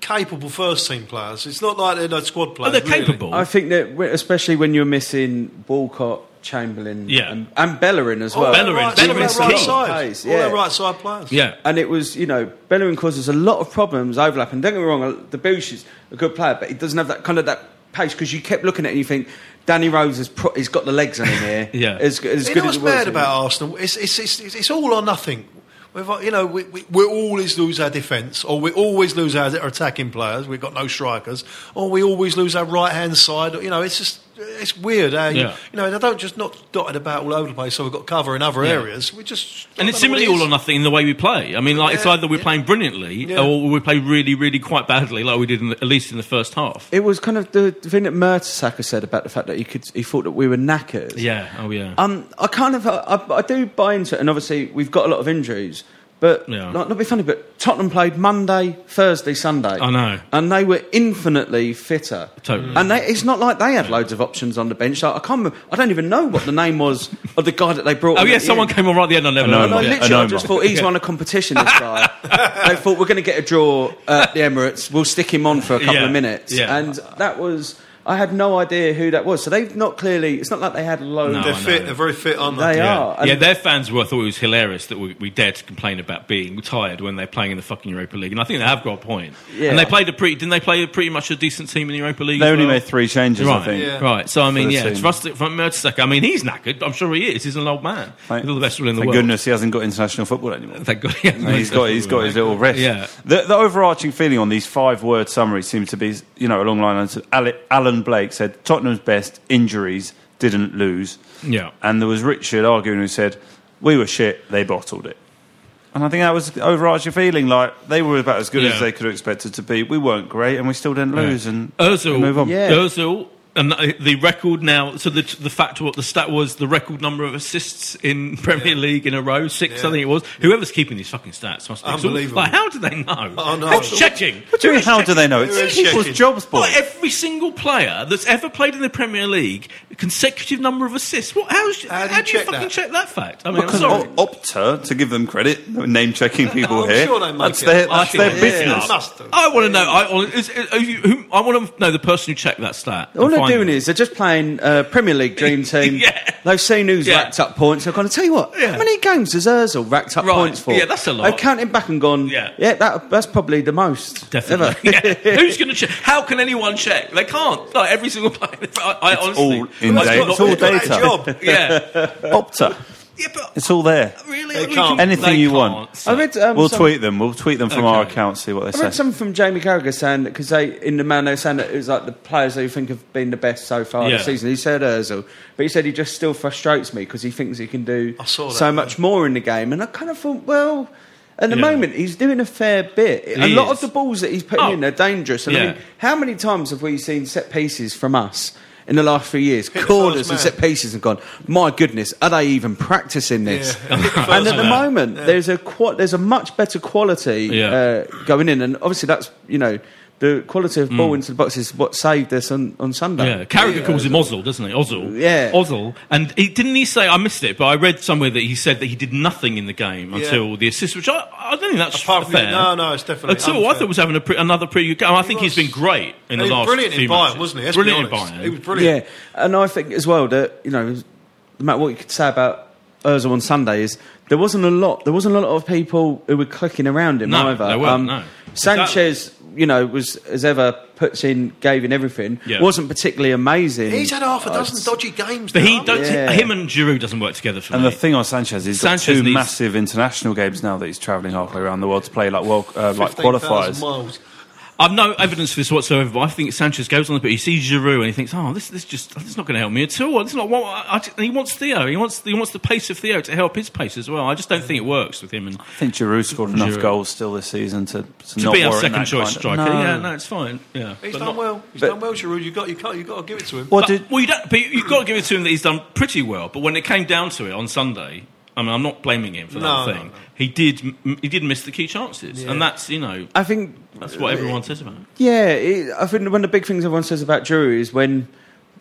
capable first team players. It's not like they're no squad players.
they're
really.
capable.
I think that, we- especially when you're missing Walcott, Chamberlain,
Yeah.
and, and Bellerin as
All
well.
their right- all their
Bellerin's
right
key.
side.
Pace,
All their
yeah.
right side players.
Yeah.
And it was, you know, Bellerin causes a lot of problems overlapping. Don't get me wrong, uh, the Boosh is a good player, but he doesn't have that kind of that pace because you kept looking at it and you think, Danny Rose has pro- he's got the legs on him here.
Yeah.
As, as
you
good
know what's
as it was.
bad about Arsenal? It's, it's, it's, it's, it's all or nothing. We've, you know, we, we, we always lose our defence, or we always lose our attacking players. We've got no strikers, or we always lose our right hand side. You know, it's just it's weird. Eh?
Yeah.
You know, they don't just not dotted about all over the place. So we've got cover in other
Yeah.
areas. We just
And
I
it's
don't know what
similarly
it
all
is.
or nothing in the way we play. I mean, like it's
Yeah,
either we're playing brilliantly
Yeah.
or we play really, really quite badly, like we did in the, at least in the first half.
It was kind of the thing that Mertesacker said about the fact that he could he thought that we were knackered.
Yeah. Oh yeah.
Um, I kind of I, I, I do buy into it, and obviously we've got a lot of injuries. But
Yeah.
like, not be funny, but Tottenham played Monday, Thursday, Sunday.
I know.
and they were infinitely fitter.
Totally.
Um,
And they, it's not like they had loads of options on the bench. Like, I can't. Remember, I don't even know what the name was of the guy that they brought.
oh
in
yeah.
at the
Someone
end.
came on right at the end. I never.
No,
remember.
no, literally, I just thought he's
Yeah.
won a competition. This guy. they thought we're going to get a draw at the Emirates. We'll stick him on for a couple
Yeah,
of minutes,
yeah.
and that was. I had no idea who that was. So they've not clearly. It's not like they had loads.
No,
They're
I know.
fit. They're very fit, aren't
They
yeah.
are. And
Yeah, their fans were. I thought it was hilarious that we, we dared to complain about being tired when they're playing in the fucking Europa League, and I think they have got a point.
Yeah.
And they played a pretty. Didn't they play a pretty much a decent team in the Europa League?
They
as
only
well?
made three changes,
Right,
I think.
Yeah.
right. So I mean,
the
yeah,
team.
it's Rustic from Mertesacker. I mean, he's knackered. I'm sure he is. He's an old man.
Thank-
With all the best will in the
Thank
world.
goodness he hasn't got international football anymore.
Thank God. he hasn't
And he's got he's got his little wrist.
Yeah.
The, the overarching feeling on these five word summaries seems to be you know along the lines of Ale- Alan Blake said Tottenham's best injuries didn't lose.
Yeah.
And there was Richard arguing who said we were shit they bottled it. And I think that was the overarching feeling like they were about as good
Yeah.
as they could have expected to be. We weren't great and we still didn't lose and
Ozil,
move on.
Yeah.
Ozil and the- the record now. So the the fact what the stat was the record number of assists in Premier League in a row six
Yeah.
I think it was. Whoever's keeping these fucking stats must be
Unbelievable.
Like, how do they know?
Oh, no.
Who's checking?
What do you mean, how do they know? It's
Who's
people's
checking?
jobs, boy.
Well, every single player that's ever played in the Premier League, consecutive number of assists. What? How's, how do you, fucking check that fact? I mean, I'm
because
sorry.
O- Opta, to give them credit, name checking people
I'm
here.
sure they make
that's
it.
their,
I
that's
think
their
they
business.
must do. I want to know. I, want- is, is, are you, who, I want to know the person who checked that stat.
All
and
they're
find
doing is they're just playing uh, Premier League Dream Team. They've seen who's racked up points. They're going to tell you what, how many games has Ozil racked up points for?
Yeah, that's a lot.
They've counted back and gone, yeah, that, that's probably the most. Definitely.
Yeah. Who's going to check? How can anyone check? They can't. Like every single player. I, I
It's
honestly,
all in
That's
data.
not-
It's all
that's not
data.
their Job. Yeah.
Opta. it's all there. Really?
We can't-
Anything
they
you
can't.
want.
I read, um,
we'll
some-
tweet them. We'll tweet them from our account, see what they
I
say.
read something from Jamie Carragher saying because they in the man they were saying that it was like the players they think have been the best so far
Yeah.
this season. He said Özil, but he said he just still frustrates me because he thinks he can do so
that,
much more in the game. And I kind of thought, well, at the
Yeah.
moment he's doing a fair bit. a
He
lot
is.
of the balls that he's putting
Oh.
in are dangerous. And I
Yeah.
mean, how many times have we seen set pieces from us? In the last few years, corners and set pieces and gone. My goodness, are they even practicing this?
Yeah. Hit the first
and at the
man.
moment, there's a qua- there's a much better quality
Yeah.
uh, going in, and obviously that's you know the quality of ball
Mm.
into the box is what saved us on, on Sunday.
Yeah, Carragher calls him Ozil, doesn't he? Ozil.
Yeah.
Ozil. And he, didn't he say, I missed it, but I read somewhere that he said that he did nothing in the game
Yeah.
until the assist, which I, I don't think that's
Apart from-
fair.
no, no, it's definitely
At all. I
unfair.
thought he was having a pre- another pretty good game. I think he has been great in the
He was
last
brilliant in
few
Bayern,
matches.
wasn't he? Let's be
brilliant in
honest.
Bayern.
He was brilliant.
Yeah, and I think as well that you know, no matter what you could say about Özil on Sunday, is there wasn't a lot. There wasn't a lot of people who were clicking around him
No,
either.
they weren't, no.
Sanchez, you know, was as ever puts in, gave in everything.
Yeah.
wasn't particularly amazing.
He's had half a
Uh,
dozen dodgy games.
But he
now.
don't,
Yeah.
him and Giroud doesn't work together for
And
me.
the thing on Sanchez is he's got
Sanchez
two
needs-
massive international games now that he's travelling halfway around the world to play like world, uh, like
15,000
qualifiers.
miles.
I've no evidence for this whatsoever, but I think Sanchez goes on the pitch. He sees Giroud and he thinks, "Oh, this this just this is not going to help me at all." It's not. What, I, I- and he wants Theo. He wants he wants the pace of Theo to help his pace as well. I just don't think it works with him. And
I think Giroud scored enough
Giroud.
goals still this season to, to,
to
not
be our
warrant
second
that
choice
kind of-
striker, yeah, no, it's fine. Yeah,
He's
but
done
not-
well. He's
but-
done well, Giroud. You got you got you got to give it to him.
but- well, you don't, but you- you've got to give it to him that he's done pretty well. But when it came down to it on Sunday, I mean, I'm not blaming him for
No,
that
no,
thing. He did m- he did miss the key chances,
Yeah.
and that's you know
I think
that's what everyone says about. him.
Yeah, it, I think one of the big things everyone says about Drew is when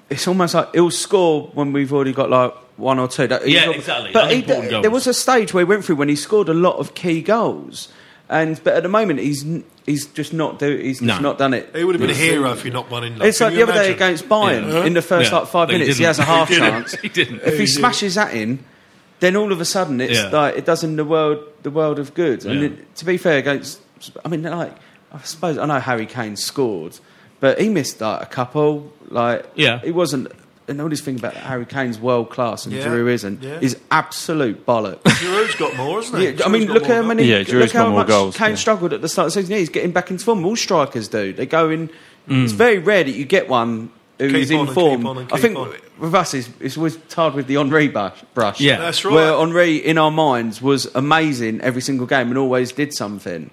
it's almost like he'll score when we've already got like one or two. That- he's
Yeah,
not-
exactly.
But he,
Unimportant goals.
there was a stage where he went through when he scored a lot of key goals, and but at the moment he's n- he's just not do he's just not done it.
He would have been a
It's-
hero if he knocked one in.
It's like the other day against Bayern in the first like five
No, he
minutes, he
didn't.
has a
He
half
didn't.
chance.
He didn't.
If
He
he
didn't.
smashes that in, then all of a sudden it's
Yeah.
like it does him the world the world of good. And
Yeah.
it- to be fair, against I mean like I suppose I know Harry Kane scored, but he missed like a couple. Like
Yeah.
he wasn't. And all this thing about Harry Kane's world class and
Yeah.
Drew isn't
Yeah.
is absolute bollocks.
Giroud's got more, hasn't he?
Yeah, I mean,
Giroud's
look
got
how
more
many.
Yeah,
look
Giroud's
how
got more
much
goals,
Kane
yeah.
struggled at the start of the season. Yeah, he's getting back into form. All strikers do. They go in. It's very rare that you get one who's
Keep on
in
and keep
form.
on and
I
keep
think
on.
with us, it's, it's always tarred with the Henri bu- brush.
Yeah. That's right.
Where Henri, in our minds, was amazing every single game and always did something.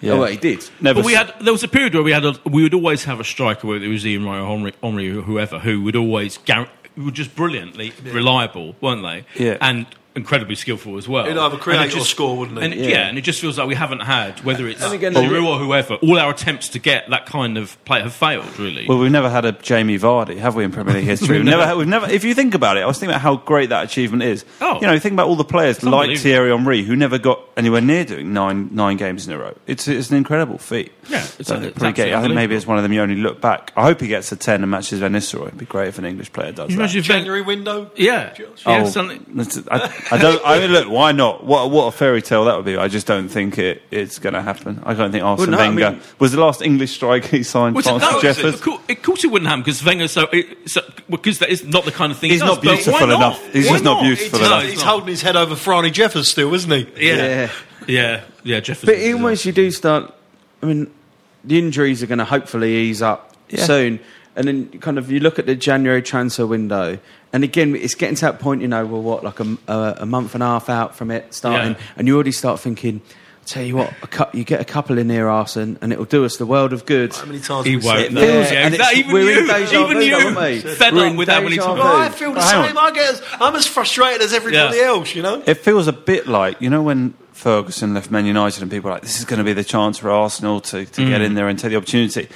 Yeah.
Oh, well, he did.
but we had there was a period where we had a, we would always have a striker whether it was Ian Wright or Henry, Henry or whoever who would always gar- who were just brilliantly reliable, weren't they?
Yeah.
and incredibly skillful as well.
He'd either create
And it
or score, wouldn't he?
And yeah.
Yeah.
and it just feels like we haven't had whether it's
And again-
Giroud or whoever. All our attempts to get that kind of player have failed. Really,
Well, we've never had a Jamie Vardy, have we, in Premier League history? We've never, had, we've never. If you think about it, I was thinking about how great that achievement is.
Oh.
you know, think about all the players
It's
like
unbelievable.
Thierry Henry who never got anywhere near doing nine nine games in a row. It's it's an incredible feat.
Yeah, it's-
So pretty
it's
great. I think
absolutely
maybe it's one of them you only look back. I hope he gets a ten and matches Van Nistelrooy. It'd be great if an English player does. that.
Imagine if Ven-
January window.
Yeah, yeah,
Oh.
something-
that's- I, I don't. I mean, look, why not? What what a fairy tale that would be. I just don't think it it's going to happen. I don't think Arsene
no, I
Wenger
mean-
was the last English striker he signed.
Which,
Francis
no, it's-
Jeffers.
of course, of course it wouldn't happen because Wenger so it- so- because that is not the kind of thing. he
He's
does,
not
but why
beautiful
not?
enough. He's
Why
just not beautiful
It's
enough.
it's
He's holding his head over Franny Jeffers still, isn't he?
Yeah. Yeah. Yeah, yeah, Jeffers.
But even once you do start, I mean, the injuries are going to hopefully ease up
Yeah.
soon. And then you kind of you look at the January transfer window, and again, it's getting to that point, you know, we're what, like a, m- a- a month and a half out from it starting,
Yeah.
and you already start thinking, Tell you what, a cou- you get a couple in here, Arson, and it'll do us the world of good. How
many times
He have we won't. said
It
that?
feels,
Yeah,
and
that-
it's,
even
we're
you-
in deja
even
vu,
you
aren't we?
fed
We're
up
in
with how many
deja
times-
vu.
Oh, I feel the
Hang
same. I get as, I'm as frustrated as everybody
Yeah.
else, you know?
It feels a bit like you know when Ferguson left Man United and people were like, "This is going to be the chance for Arsenal to, to get
Mm.
in there and take the opportunity."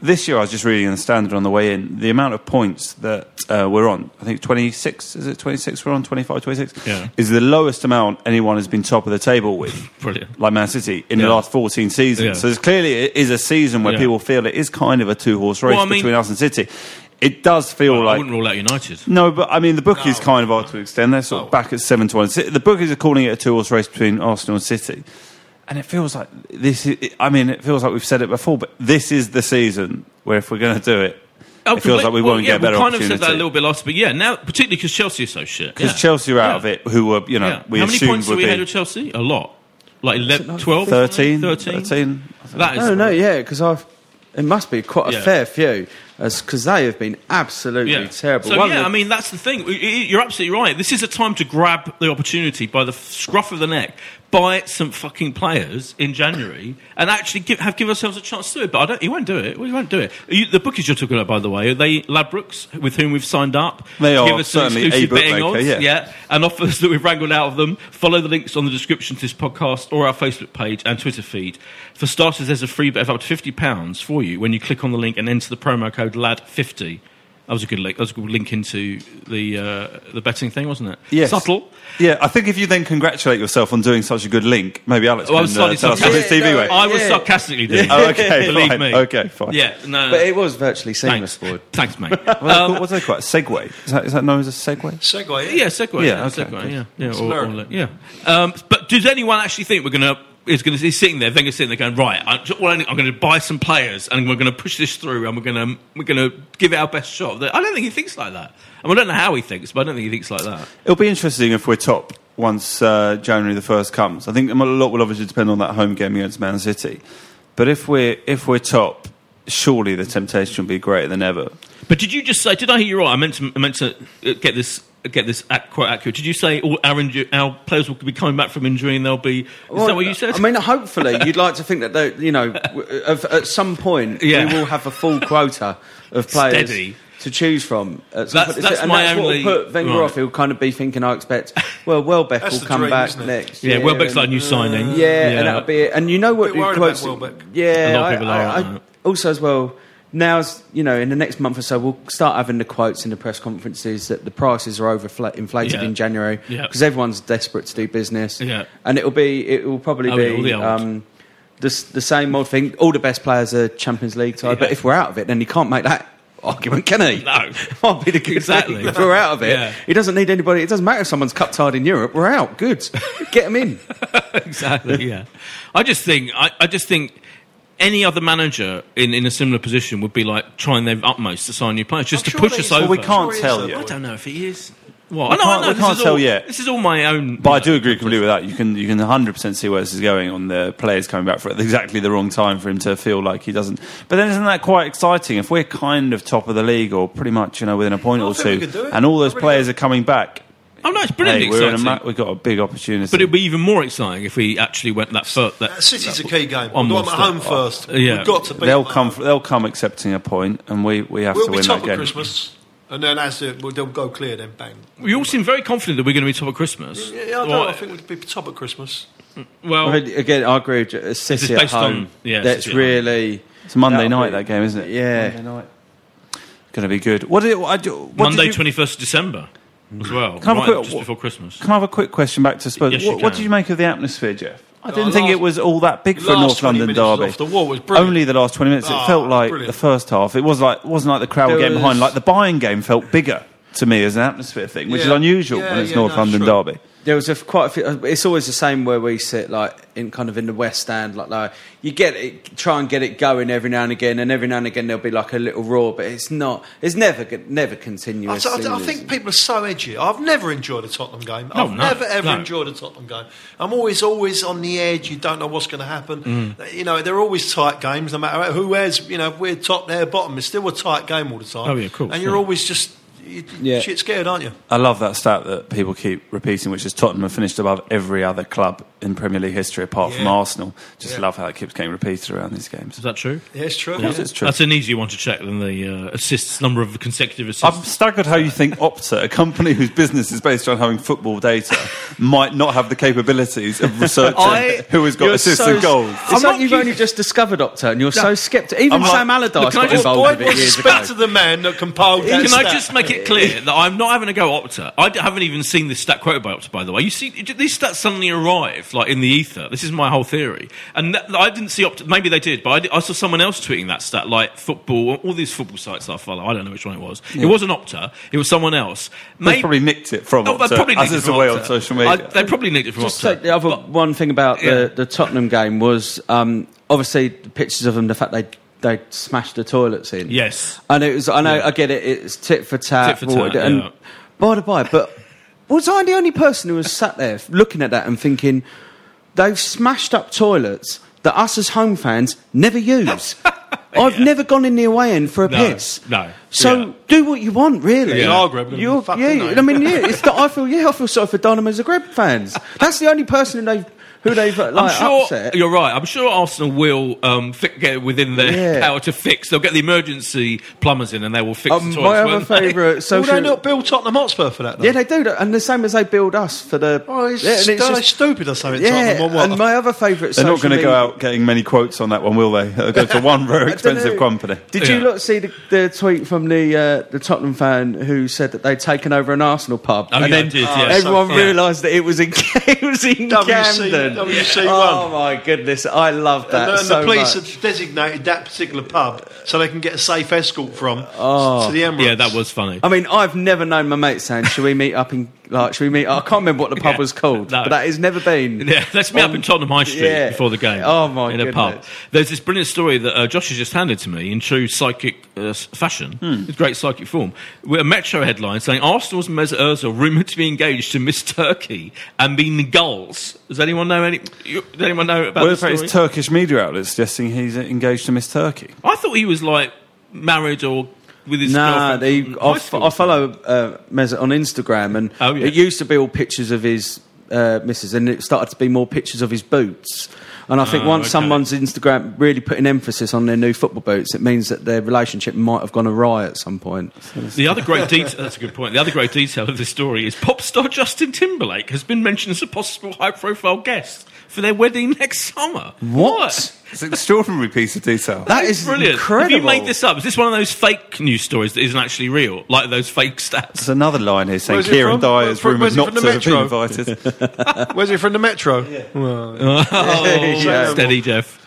This year, I was just reading in the Standard on the way in the amount of points that uh, we're on. I think twenty six is it twenty six? We're on 25, 26?
Yeah.
is the lowest amount anyone has been top of the table with,
Brilliant.
like Man City, in the
Yeah.
last fourteen seasons.
Yeah.
So there's clearly it is a season where
Yeah.
people feel it is kind of a two horse race
Well, I mean-
between us and City. It does feel
I
like
wouldn't rule out United.
no, but I mean the bookies kind of are to extend. They're
Oh.
sort of back at seven to one. Si- The bookies are calling it a two-horse race between Arsenal and City, and it feels like this. Is, I mean, it feels like we've said it before, but this is the season where if we're going to do it,
Oh,
it feels like we
well,
won't
yeah,
get a better
we kind
opportunity.
of said that a little bit last, but yeah, now particularly because Chelsea is so shit.
because
yeah.
Chelsea are out of it, who were you know
Yeah.
we
How many
assumed
points
would
are we
be
ahead of Chelsea? A lot, like 11, 12,
13,
13.
13.
That is
no, no, yeah, because I've. It must be quite a
Yeah.
fair few, because they have been absolutely terrible.
So
One of
yeah,
the-
I mean that's the thing. I- I- You're absolutely right. This is a time to grab the opportunity by the scruff of the neck, buy some fucking players in January, and actually give, have give ourselves a chance to do it. But I don't. He won't do it. We won't do it. You, the bookies you're talking about, by the way, are they Labrooks with whom we've signed up?
They
to
are
give us some
certainly a
exclusive betting
bookmaker,
odds.
yeah.
and offers that we've wrangled out of them. Follow the links on the description to this podcast or our Facebook page and Twitter feed. For starters, there's a free bet of up to fifty pounds for you when you click on the link and enter the promo code LAD fifty. That was a good link. That was a good link into the uh, the betting thing, wasn't it?
Yes.
Subtle.
Yeah, I think if you then congratulate yourself on doing such a good link, maybe Alex
Oh, I
can
was
uh,
slightly
tell us on his
sarcastic.
TV way.
I was sarcastically doing. it.
Oh, okay,
Believe
fine.
me.
Okay, fine.
Yeah. No.
but it was virtually seamless.
Boyd. Thanks, mate.
What's that called- what's that called? Segway? Is that, is that known as a segway?
Segway.
Yeah, Segway.
Yeah,
Yeah,
okay,
Segway.
good.
Yeah, yeah.
It's
or- or
American.
like- yeah. Um, but does anyone actually think we're going to? Is going to be sitting there, Wenger's sitting there going, right, I, well, I'm going to buy some players and we're going to push this through and we're going to we're going to give it our best shot. I don't think he thinks like that. I, mean, I don't know how he thinks, but I don't think he thinks like that.
It'll be interesting if we're top once uh, January the first comes. I think a lot will obviously depend on that home game against Man City. But if we're if we're top, surely the temptation will be greater than ever.
But did you just say? Did I hear you right? I meant to I meant to uh, get this get this ac- quite accurate. Did you say all our, inju- our players will be coming back from injury and they'll be? Is that what you said?
I mean, hopefully, you'd like to think that they, you know, w- of- at some point
Yeah.
we will have a full quota of players
Steady.
to choose from. At some
That's-
point.
that's
and
my
that's
only-
what will put Wenger
right.
off. He'll kind of be thinking, I expect, well, Welbeck
That's
will
the
come
dream,
back
isn't it?
next.
Yeah,
year,
Welbeck's
and-
like a new signing.
Yeah, and that'll be it. And you know what?
Bit worried
close-
about Welbeck.
A
Yeah,
lot of
I-
people are,
I- I-
aren't they?
also as well. Now's you know in the next month or so we'll start having the quotes in the press conferences that the prices are over inflated
Yeah.
in January
Yeah.
because everyone's desperate to do business
Yeah.
and it'll be it will probably
Oh, yeah, all
be
the
the,
old.
um, the s- the same old thing. All the best players are Champions League side, but if we're out of it, then he can't make that argument, can he?
No.
might be the good
Exactly.
thing. If we're out of it,
Yeah.
he doesn't need anybody. It doesn't matter if someone's cup tied in Europe. We're out. Good, get him in.
exactly. Yeah. I just think I, I just think any other manager in, in a similar position would be like trying their utmost to sign new players just to push us over.
Well, we can't tell
I
yet.
don't know if he is.
We
Well, I know,
can't-
I know.
we
this
can't
is
tell
all,
yet.
This is all my own.
But I do agree completely with that. You can you can 100 percent see where this is going on the players coming back for exactly the wrong time for him to feel like he doesn't. But then isn't that quite exciting? If we're kind of top of the league or pretty much you know within a point or
think
two,
we could do it.
and all those players are coming back,
Oh no, it's brilliantly
hey, we're in a
exciting.
ma- we've got a big opportunity.
but it'd be even more exciting if we actually went that fur That,
City's a key game.
on
We've got them at
Monster.
home first.
Uh, yeah.
We've got to beat
they'll
them.
come. They'll come accepting a point, and we, we have
We'll
to
be
win
top
that
at
game.
Christmas. And then as it, well, they'll go clear, then bang.
we all seem very confident that we're going to be top of Christmas.
Yeah, I, don't know, I think we'd be top at Christmas.
Well,
I mean, again, I agree. With you. It's City
is
at
based on-
home.
yeah,
that's
City at home.
really.
It's Monday
that'll
night
be-
that game, isn't it?
Yeah.
Monday night. Going to be good. What did I do? What did
Monday,
you-
twenty first of December, as well,
Can I have a
right,
quick-
just
what-
before Christmas.
Can I have a quick question back to Spurs?
Yes, you
what, what
can.
did you make of the atmosphere, Jeff? I
Oh,
didn't think
last-
it was all that big for a
last
North
20
London
minutes was
derby.
off the wall, it was brilliant.
Only the last twenty minutes. It
Ah,
felt like
brilliant.
the first half. It was like wasn't like the crowd were
There
getting behind.
was-
Like the Bayern game felt bigger to me as an atmosphere thing, which
Yeah.
is unusual when it's North London derby.
There was a, f- quite a few. It's always the same where we sit, like in kind of in the West End. Like, like Uh, you get it, try and get it going every now and again, and every now and again there'll be like a little roar, but it's not. It's never, go- never
I,
continuous.
t- I, t- I
is
think
it?
people are so edgy. I've never enjoyed a Tottenham game.
Oh,
No,
I've
no,
never ever
no.
enjoyed a Tottenham game. I'm always always on the edge. You don't know what's going to happen. You know they're always tight games, no matter who wears. You know if we're top, they're bottom. It's still a tight game all the time.
Oh, yeah, of course,
And you're
yeah.
always just you,
Yeah.
shit scared, aren't you?
I love that stat that people keep repeating, which is Tottenham have finished above every other club in Premier League history apart from
Yeah.
Arsenal. Just
Yeah.
love how it keeps getting repeated around these games.
Is that true?
Yeah, it's true.
Of course it's true.
That's an easier one to check than the uh, assists number of consecutive assists.
I'm staggered how you think Opta, a company whose business is based on having football data, might not have the capabilities of researching
I-
who has got
you're
assists
so-
and goals.
It's like you've only just discovered Opta and you're so sceptical. Even
I'm like-
Sam Allardyce
Look, can I
got
just-
involved
Boyd
with it
was
years
Back
ago.
to the man that compiled that
Can I
stat.
just make it clear that I'm not having a go at Opta? I d- haven't even seen this stat quoted by Opta, by the way. You see, these stats suddenly arrive like in the ether. This is my whole theory, and that, I didn't see Opta. Maybe they did, but I, did- I saw someone else tweeting that stat, like football. All these football sites that I follow. I don't know which one it was.
Yeah.
It wasn't Opta. It was someone else.
They probably nicked it from
Oh, they
Opta,
probably
as
nicked it
is
from
the way
Opta.
on social media.
I- they probably nicked it from
Just
Opta.
take the other one thing about the, the Tottenham game was um, obviously the pictures of them, the fact they they smashed the toilets in.
Yes.
and it was. I know. I get it. It's tit for tat.
Tit for
watered-
tat,
and
yeah.
by the by, but was I the only person who was sat there looking at that and thinking they've smashed up toilets that us as home fans never use? I've never gone in the away end for a
No,
piss.
no.
So do what you want, really.
Yeah. You are Greb,
You're-
fuck,
yeah,
didn't I?
I mean, yeah, it's that I feel, yeah, I feel sorry for Donham as a Greb fans. That's the only person who they've, who they've uh, like,
I'm sure
upset.
you're right. I'm sure Arsenal will um, fi- get within their
Yeah.
power to fix. They'll get the emergency plumbers in, and they will fix
Um,
the toilets.
my other
won't they?
favourite
Will
social.
they not build Tottenham Hotspur for that? Though?
yeah, they do, and the same as they build us for the.
Oh, it's,
yeah, and it's
they're
just-
stupid or something.
yeah,
Tottenham, or what?
and my other favourite.
They're not
social
going to go
media-
out getting many quotes on that one, will they? They'll go to one very
I don't know.
expensive company.
Did you look see the, the tweet from the uh, the Tottenham fan who said that they'd taken over an Arsenal pub,
Oh,
and
yeah,
then
I did, yeah.
everyone
So funny.
realised that it was in it was in
WC
Camden.
WC1.
Oh my goodness, I love that
and, and
so
the police
much.
have designated that particular pub so they can get a safe escort from to the Emirates.
Yeah, that was funny.
Oh. I mean, I've never known my mate saying, "Should we meet up in like? Should we meet?" I can't remember what the pub was called,
no.
but that has never been.
Yeah, let's meet up in Tottenham High Street
yeah.
before the game.
Oh, my
In a pub.
goodness.
There's this brilliant story that uh, Josh has just handed to me in true psychic uh, s- fashion,
Hmm.
with great psychic form, with a Metro headline saying Arsenal's Mesut Ozil rumoured to be engaged to Miss Turkey and being the goals. Does anyone know any? you- Does anyone know about
Well,
this
if
story?
it's Turkish media outlets suggesting he's engaged to Miss Turkey.
I thought he was like married or with his
Nah,
girlfriend
they,
from high
I, f-
school.
I follow uh, Mesut on Instagram, and
Oh, yeah.
it used to be all pictures of his uh, missus, and it started to be more pictures of his boots. And I think
Oh,
once
okay.
someone's Instagram really put an emphasis on their new football boots, it means that their relationship might have gone awry at some point.
The other great detail, that's a good point. The other great detail of this story is pop star Justin Timberlake has been mentioned as a possible high profile guest for their wedding next summer. What?
It's an extraordinary piece of detail.
That is
Brilliant.
incredible.
Have you made this up? Is this one of those fake news stories that isn't actually real? Like those fake stats?
There's another line here saying
Where's it
Kieran
from?
Dyer
Where's
is
it
rumoured
from
not
the
to have been
Metro?
invited.
Where's it from the Metro? Well,
Oh,
Yeah.
Steady, Jeff.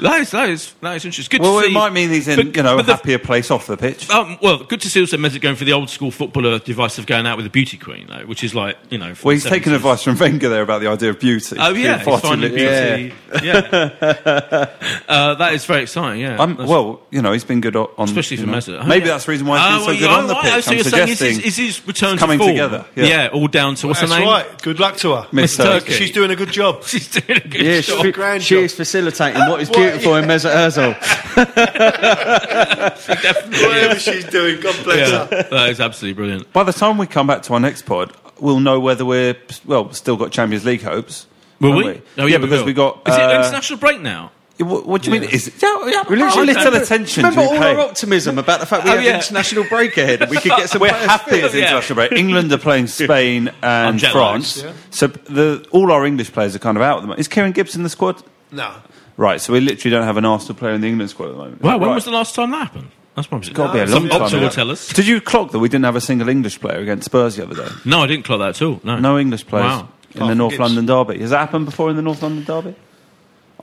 That is, that is, that is interesting. Good
well,
to see.
it might mean he's in
But-
you know a
but the-
happier place off the pitch.
um, well, good to see also Mesut going for the old school footballer device of going out with a beauty queen, though, which is like, you know. from
Well, he's
the
taken
70s.
advice from Wenger there about the idea of beauty.
Oh,
Being
yeah. He's
far too
finding
liberal.
beauty. Yeah. uh, that is very exciting, yeah.
I'm, well, you know, he's been good o- on.
Especially
you
for
know.
Mesut. Oh,
Maybe
yeah.
that's the reason why he's
Oh,
been
well,
so good
yeah,
on the
right.
pitch.
So
I'm
you're saying is
suggesting
his, is his return
it's coming
to form.
together.
Yeah.
Yeah.
all down to what's
That's
her name?
right. Good luck to her.
Miss
Miss Turkey.
Turkey.
She's doing a good job.
She's doing a good
Yeah,
job.
she,
grand
she
job.
is facilitating what is
What?
beautiful in Mesut Ozil.
Definitely.
Whatever she's doing, God bless
Yeah,
her.
that is absolutely brilliant.
By the time we come back to our next pod, we'll know whether we're well still got Champions League hopes.
Will
haven't
we?
yeah, because
will.
we got.
Is it
uh,
an international break now?
What, what do you mean? Is it? Yeah, yeah, oh,
We
how
literally-
little attention
Remember
do we
all
pay?
our optimism about the fact we
Oh,
have
yeah.
international break ahead and we could get some
We're
players
happy
fit.
as international break. England are playing Spain
I'm
and
jet
France,
lagged, yeah.
so the, all our English players are kind of out at the moment. Is Kieran Gibbs in the squad?
No.
Right, so we literally don't have an Arsenal player in the England squad at the moment.
Well, when
Right.
was the last time that happened? That's probably
It's got to be a long
Some
time.
Opta
ago.
will tell us.
Did you clock that we didn't have a single English player against Spurs the other day?
No, I didn't clock that at all. No.
No English players
Wow.
in the
from
North
Gibbs.
London derby. Has that happened before in the North London derby?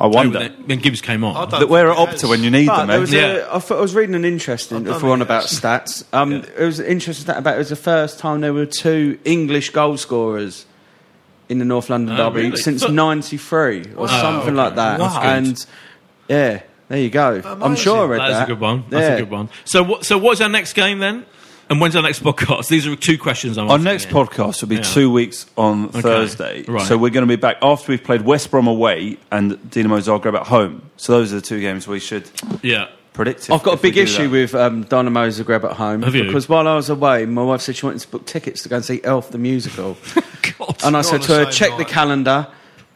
I
When,
wonder.
when Gibbs came on.
I don't
That we're at
think it
Opta
has.
when you need
But
them,
there
eh?
was
Yeah.
a, I, thought, I was reading an interesting,
done
if we're on
it,
about
yes.
stats, um, it was an interesting stat about it was the first time there were two English goal scorers in the North London
Oh,
derby
really?
since
But-
'93
Oh,
or
Wow.
something like that.
That's good.
And yeah, there you go. I'm sure I read
That's
that.
a good one. That's
Yeah.
a good one. So, what, so what's our next game then? And when's our next podcast? These are two questions I'm
Our
asking
next
you.
podcast will be
Yeah.
two weeks on Thursday.
Right.
So we're going to be back after we've played West Brom away and Dinamo Zagreb at home. So those are the two games we should
Yeah.
predictive.
I've got a
if we
big
do
issue
that.
with um, Dynamo Zagreb at home
Have you?
because while I was away, my wife said she wanted to book tickets to go and see Elf the musical, and I
You're
said
on
to
the
her,
same
"Check the calendar,"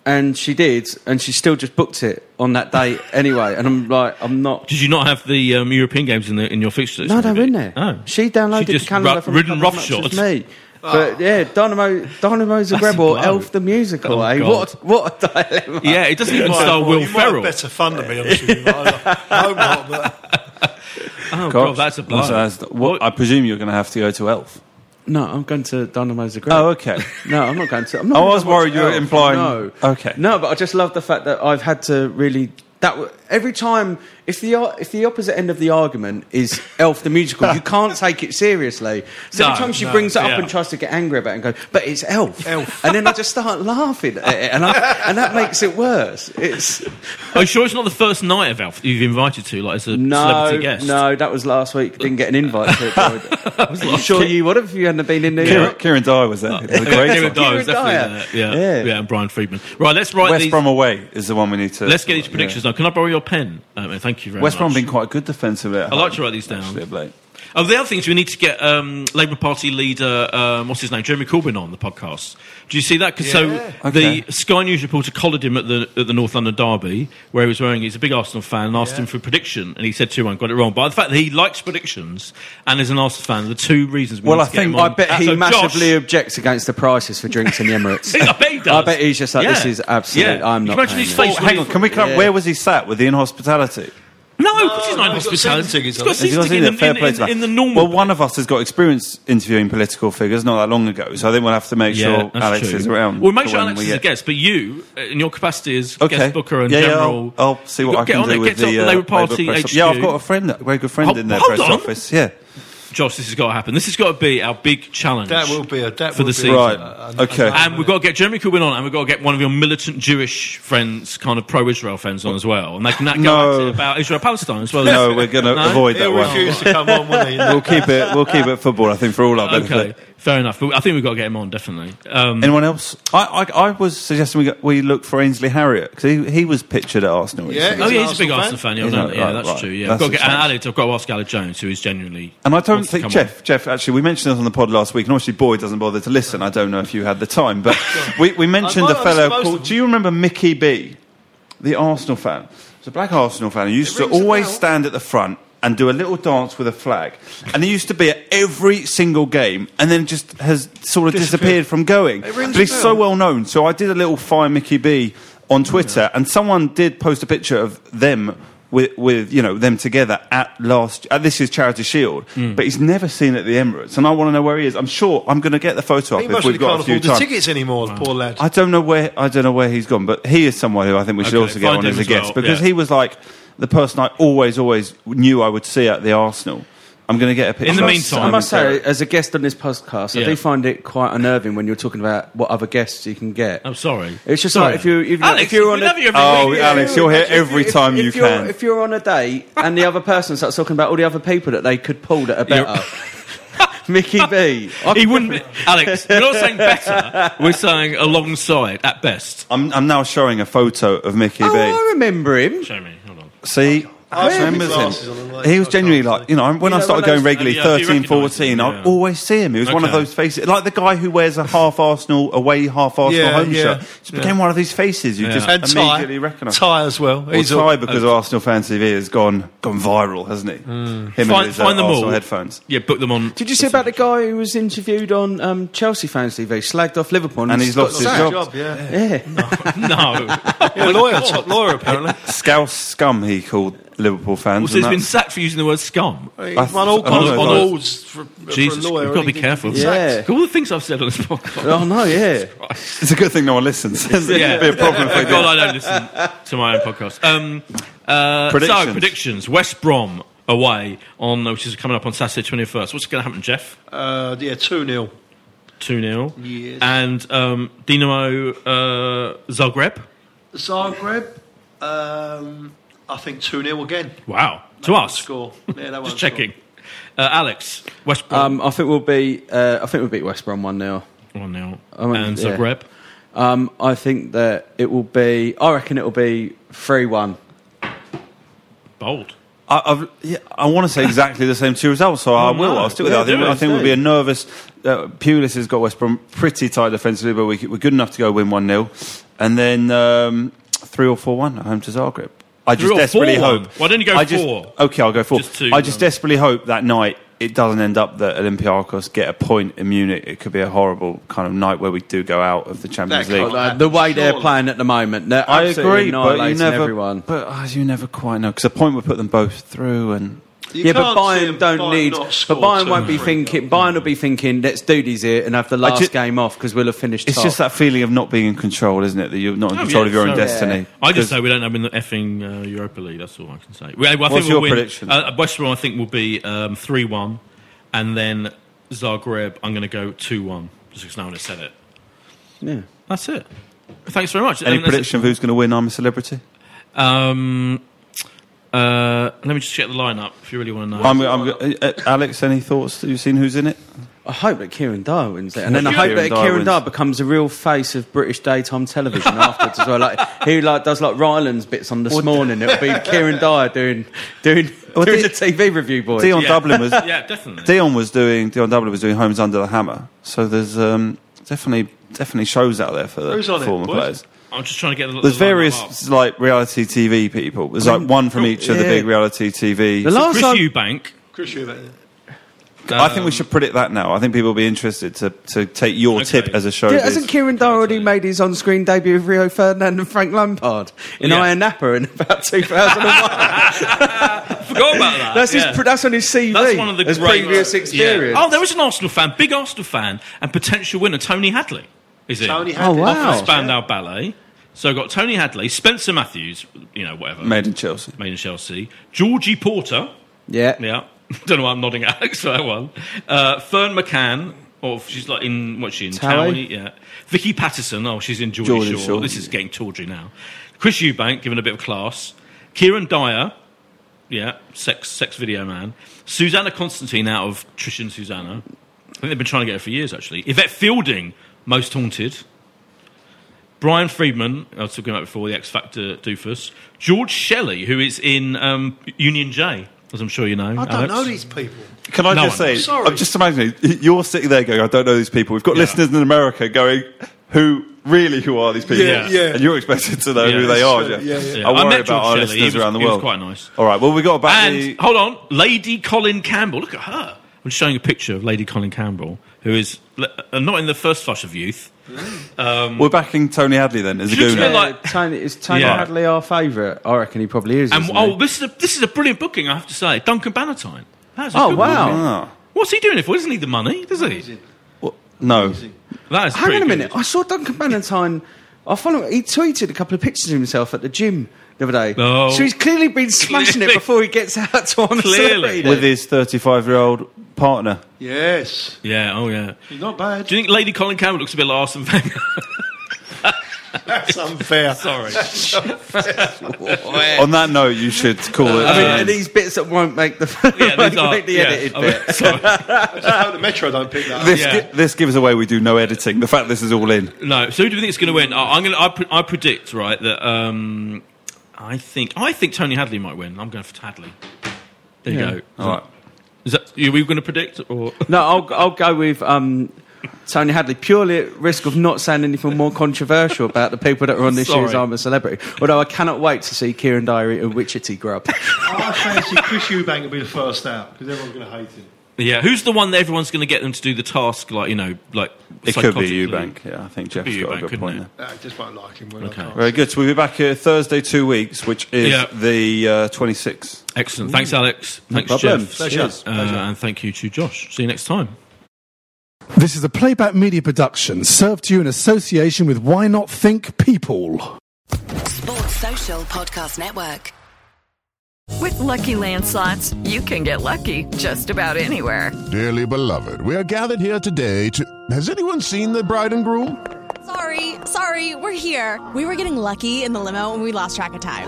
and she did, and she still just booked it on that date anyway. And I'm like, I'm not.
Did you not have the um, European games in, the, in your fixtures?
No, they were in there. She downloaded
She just
the calendar
ru-
from
ridden
the as much
roughshod. Ah.
as me. But yeah, Dynamo, Dynamo Zagreb or Elf the musical.
Oh,
eh?
God.
What, a- what a dilemma!
Yeah, it doesn't even
Well,
star
well,
Will
you might have
Ferrell.
better fun to be honest with you. I hope not, but
Oh,
Gosh.
God, that's a
So
blind.
that's- what- I presume you're going to have to go to Elf.
No, I'm going to Dynamo Zagreb.
Oh, okay.
No, I'm not going to. I'm not
I
gonna
was
watch
worried you were
Elf.
implying-
No.
Okay.
No, but I just love the fact that I've had to really. That w- every time, if the ar- if the opposite end of the argument is Elf the musical, you can't take it seriously. So
No,
every time she
no,
brings it up
yeah.
and tries to get angry about it and go, but it's Elf, Elf, and then I just start laughing at it, and, I, and that makes it worse. It's
Are you sure it's not the first night of Elf that you've invited to, like as a
no,
celebrity guest?
no, that was last week. Didn't get an invite to it. Are you sure you would have if you hadn't been in New
Kieran,
York?
Kieran Dyer was there. It was a great
Kieran
one.
Dyer was
Kieran
definitely there. Yeah. yeah,
Yeah.
and Brian Friedman. Right, let's write
West
these.
Brom away is the one we need to.
let's get these predictions now. Can I borrow your pen? Um, thank you very
West
much.
Brom been quite good defensively.
I like to write these down. Oh, the other thing is we need to get um, Labour Party leader, um, what's his name, Jeremy Corbyn on the podcast. Do you see that? 'Cause
Yeah.
So
Okay.
the Sky News reporter collared him at the, at the North London Derby, where he was wearing, he's a big Arsenal fan, and asked him for a prediction, and he said 2 1, got it wrong. But the fact that he likes predictions and is an Arsenal fan, the two reasons we
Well,
need
I
to get
think
him on. Uh,
I bet
So,
he
Josh-
massively objects against the prices for drinks in the Emirates.
I bet he does.
I bet he's just like, this
Yeah.
is absolute.
Yeah.
I'm
Can
not.
you imagine
paying
his
it.
face
Oh, hang on, can we come up? Where was he sat with the in hospitality?
No, because he's not in
no, he's got
hospitality.
season
He's
tickets
got
on.
season tickets in, the- in, in, in the normal.
Well, one of us has got experience interviewing political figures not that long ago, so I think we'll have to make sure
that's
Alex
true.
is around.
Well, make
for
sure
when
Alex
we
is a
get-
guest, but you, uh, in your capacity as
Okay.
guest booker and
yeah, yeah,
general,
I'll, I'll see
You've
what
got
I
to get
can
on
do
there,
with
get
the,
to the
uh,
Labour Party
press
HQ.
Yeah, I've got a friend, a very good friend
Hold-
in their
hold
press
on.
office. Yeah.
Josh, this has got to happen. This has got to be our big challenge.
that will be a that
for
will
the
be
season.
Right.
a-
Okay.
And we've got to get Jeremy Corbyn on, and we've got to get one of your militant Jewish friends, kind of pro-Israel friends, on as well, and they can go
No.
at it about Israel-Palestine as well.
No, we're going to
No?
avoid that
He'll
one.
refuse to come on, will he?
We'll keep it. We'll keep it football. I think for all our benefit.
Okay, fair enough. But I think we've got to get him on definitely. Um,
Anyone else? I, I, I was suggesting we, got, we look for Ainsley Harriott because he, he was pictured at Arsenal.
Yeah,
recently.
oh
He's an
yeah, he's a big
Arsenal
Arsenal fan. Yeah,
He's
no,
not-
yeah
right,
that's
right.
true. Yeah,
That's
I've got to
the
get, and
change.
Alex, I've got to ask Alex Jones, who is genuinely.
And I don't
wants to
think
come
Jeff. Jeff, actually, we mentioned this on the pod last week, and obviously Boyd doesn't bother to listen. I don't know if you had the time, but we, we mentioned
I might- I
a
was
fellow
supposed
called.
to-
Do you remember Mickey B, the Arsenal fan? He's a black Arsenal fan. He used to
rings a
always
bell.
stand at the front and do a little dance with a flag, and he used to be at every single game, and then just has sort of disappeared,
Disappeared.
from going.
It rings
But
a
he's so
bell.
well known. So I did a little fire Mickey B on Twitter, and someone did post a picture of them with, with you know them together at last. At this is Charity Shield,
Hmm.
but he's never seen it at the Emirates, and I want to know where he is. I'm sure I'm going to get the photo
He
up if
mostly
we've got
can't
a few
afford the
times.
tickets anymore, the poor lad.
I don't know where I don't know where he's gone, but he is someone who I think we should
Okay,
also get
find
on
him
as a
as
guest
well,
because
yeah.
he was like the person I always always knew I would see at the Arsenal. I'm going to get a picture.
In the
of
meantime-
Simon
I must
Terry.
say, as a guest on this podcast, I
Yeah.
do find it quite unnerving when you're talking about what other guests you can get.
I'm Oh, sorry.
It's just
Sorry.
like if you if, you-
Alex,
if you're
we
on
love you
a,
every
Oh,
week.
Alex, you're here every time you
if you're,
can.
If you're on a date and the other person starts talking about all the other people that they could pull that are
You're-
better, Mickey B. I
He wouldn't, be, Alex. We're not saying better. We're saying alongside at best.
I'm, I'm now showing a photo of Mickey
Oh,
B.
I remember him.
Show me. Hold on.
See, I
I've
remember
seen glasses on
him.
him, like,
He was
I
genuinely
can't
like, you know, when I
know,
started
when
going
those-
regularly,
Yeah, if
13,
you recognise
14,
him,
I'd
yeah.
always see him. He was one of
Okay.
those faces, like the guy who wears a half Arsenal, away half Arsenal
Yeah,
home
yeah,
shirt. Just
yeah.
became one of these faces you
Yeah.
just
and
immediately
Ty,
recognise.
Ty as well.
Well,
He's all-
Ty, because Arsenal Fan TV has gone gone viral, hasn't he? Him and
Hmm. Find,
his uh,
find them
Arsenal
all.
headphones.
Yeah, book them on.
Did you see about the guy who was interviewed on um, Chelsea fans TV, slagged off Liverpool,
And he's
got
lost his
sacked?
Sad
job.
job, yeah.
Yeah.
No. Oh
Yeah, lawyer, top lawyer apparently.
Scouse scum, he called Liverpool
Well,
fans.
so he's
and
been
that's-
sacked for using the word scum.
He's
th-
won all
I
kinds
know
of
that.
awards for, for
Jesus,
a lawyer.
we've got to be
He-
careful.
Yeah.
All the things I've said on this podcast.
Oh no, yeah.
It's a good thing no one listens. yeah. be a problem if they
Thank
do.
God I don't listen to my own podcast. Um, uh,
Predictions.
So, predictions. West Brom away on uh, which is coming up on Saturday twenty first. What's going to happen, Jeff?
Uh, yeah, 2 0.
Two 0
Yes.
And um, Dinamo uh, Zagreb.
Zagreb, um, I think 2 0 again.
Wow. To us.
Score. Yeah, that
Just checking. Uh, Alex, West Brom
Um, I think we'll be. Uh, I think we'll beat West Brom one 0
one 0
I mean,
and
yeah.
Zagreb.
Um, I think that it will be. I reckon it will be three one.
Bold.
I, I've, yeah, I want to say exactly the same two results, so I
Oh,
will.
no.
I'll stick with
Yeah,
that. I think,
do it,
I think it would
do
be a
it.
nervous. Uh, Pulis has got West Brom pretty tight defensively, but we, c- we're good enough to go win 1 0. And then um, 3 or 4 1 at home to Zagreb. I
Three
just
or
desperately
four-one?
hope.
Why don't you go
I just-
four?
Okay, I'll go 4.
Just two,
I just
um,
desperately hope that night it doesn't end up that Olympiacos get a point in Munich. It could be a horrible kind of night where we do go out of the Champions
That
League.
can't happen, The way they're surely. playing at the moment, they're
I
absolutely
agree, but you
annihilating
never,
everyone.
But uh, you never quite know because a point would put them both through, and
yeah, but Bayern don't need. But Bayern won't be thinking. Bayern will be thinking, let's do these here and have the
I
last
ju-
game off because we'll have finished.
It's
top.
just that feeling of not being in control, isn't it? That you're not in
Oh,
control
yeah,
of your own
so-
destiny.
I
'Cause-
just say we don't have in the effing uh, Europa League. That's all I can say. We, I think
What's
we'll
your
win.
prediction?
Uh, West Brom, I think, will be um, three one, and then Zagreb. I'm going to go two one. Just because no one has said it.
Yeah.
That's it. Thanks very much.
any
And that's it.
prediction of who's going to win? I'm a celebrity.
Um, uh, let me just check the lineup if you really want to know.
I'm, I'm, uh, uh, Alex, any thoughts? Have you seen who's in it?
I hope that Kieran Dyer wins it, and
Yeah,
then I
Kieran
hope that
Dyer
Kieran
wins.
Dyer becomes a real face of British daytime television afterwards as well. Like he like does like Ryland's bits on this
Well,
morning. It'll be Kieran Dyer doing doing doing the TV review, boys.
Dion Dublin was
yeah, definitely.
Dion was doing Dion Dublin was doing Homes Under the Hammer. So there's um, definitely definitely shows out there for the
Who's on it,
former
boys?
players.
I'm just trying to get the.
There's
the lineup up.
various like reality TV people. There's like one from each of the
yeah.
big reality TV.
The last Chris Eubank.
Chris Eubank.
I
Um,
think we should predict that now. I think people will be interested to, to take your tip as a show.
Dude, hasn't Kieran Dyer already made his on-screen debut with Rio Ferdinand and Frank Lampard in
Yeah.
Iron Napa in about 2001?
Forgot about that.
That's his-
yeah.
that's on his CV.
That's one of the
His
great-
previous
Yeah.
experience.
Oh, there was an Arsenal fan, big Arsenal fan, and potential winner Tony Hadley. Is it?
Tony Hadley. Oh, wow.
Off of Spandau Ballet. So I've got Tony Hadley, Spencer Matthews, you know, whatever.
Made in Chelsea.
Made in Chelsea. Georgie Porter.
Yeah.
Yeah. Don't know why I'm nodding at Alex for that one. Uh, Fern McCann. Or she's like in what's she in
Towie?
Towie? Yeah. Vicky Patterson. Oh, she's in Geordie,
Geordie
Shore.
Shore,
This is getting tawdry now. Chris Eubank giving a bit of class. Kieran Dyer. Yeah, sex sex video man. Susanna Constantine out of Trish and Susanna. I think they've been trying to get her for years actually. Yvette Fielding, most haunted. Brian Friedman, I was talking about before, the X Factor doofus. George Shelley, who is in um, Union J, as I'm sure you know.
I don't
Alex.
know these people.
Can I
No
just
one.
say,
Sorry.
I'm just imagining you're sitting there going, I don't know these people. We've got listeners in America going, who really, who are these people?
Yeah, yeah.
And you're expected to know
Yeah,
who they
that's
are.
true.
Jeff.
Yeah, yeah.
I
I
worry
met
about
George
our
Shelley.
listeners
He was-
around the
he was
world.
quite nice.
All right, well, we got back
And
the.
hold on, Lady Colin Campbell. Look at her. I'm just showing a picture of Lady Colin Campbell, who is uh, not in the first flush of youth. Um,
We're backing Tony Hadley then as a
She looks a
gooner.
bit like-
Tony, is Tony
Yeah.
Hadley our favourite? I reckon he probably is.
and
isn't he?
oh, this is a this is a brilliant booking, I have to say. Duncan Bannatyne. That's a
Oh,
good
wow.
booking.
Ah.
Wow.
What's he doing it for? Doesn't he the money? Does he?
No.
That is
Hang
pretty
on a
good.
minute. I saw Duncan Bannatyne. I follow. He tweeted a couple of pictures of himself at the gym the other day.
No.
Oh.
So he's clearly been smashing it
Clearly.
before he gets out to on the celebrity.
With his 35 year old partner.
Yes.
Yeah. Oh, yeah.
He's not bad.
Do you think Lady Colin Campbell looks a bit like Arsene Wenger?
That's unfair.
Sorry.
On that note, you should call
Uh,
it.
I mean,
um,
and these bits that won't make the,
Yeah,
won't
these are-
make the
yeah,
edited
I mean,
bit.
sorry.
I just hope the Metro don't pick that up.
this, gi- this gives away we do no editing. The fact this is all in.
No. So who do you think is going to win? I, I'm going. I, pre- I predict right that. Um, I think. I think Tony Hadley might win. I'm going for Hadley. There
Yeah.
you go.
All right.
Is that are we going to predict or?
No, I'll, I'll go with um, Tony Hadley purely at risk of not saying anything more controversial about the people that are on this
Sorry.
year's I'm a Celebrity. Although I cannot wait to see Kieran Dyer eat a Wichita grub.
I fancy Chris Eubank will be the first out because everyone's going to hate him.
Yeah. Who's the one that everyone's going to get them to do the task? Like you know, like
It could be
psychotically?
Eubank. Yeah, I think
Could
Jeff's
be
got
Eubank,
a good
couldn't
point
it?
there.
I just won't like him. When I can't.
Very good. So we'll be back here Thursday, two weeks, which is
Yeah.
the uh, 26th.
Excellent. Thanks, Alex.
No
Thanks,
problem.
Jeff.
Pleasure.
Uh, and thank you to Josh. See you next time.
This is a playback media production served to you in association with Why Not Think People.
Sports Social Podcast Network. With Lucky Land slots, you can get lucky just about anywhere.
Dearly beloved, we are gathered here today to. Has anyone seen the bride and groom?
Sorry, sorry, we're here. We were getting lucky in the limo and we lost track of time.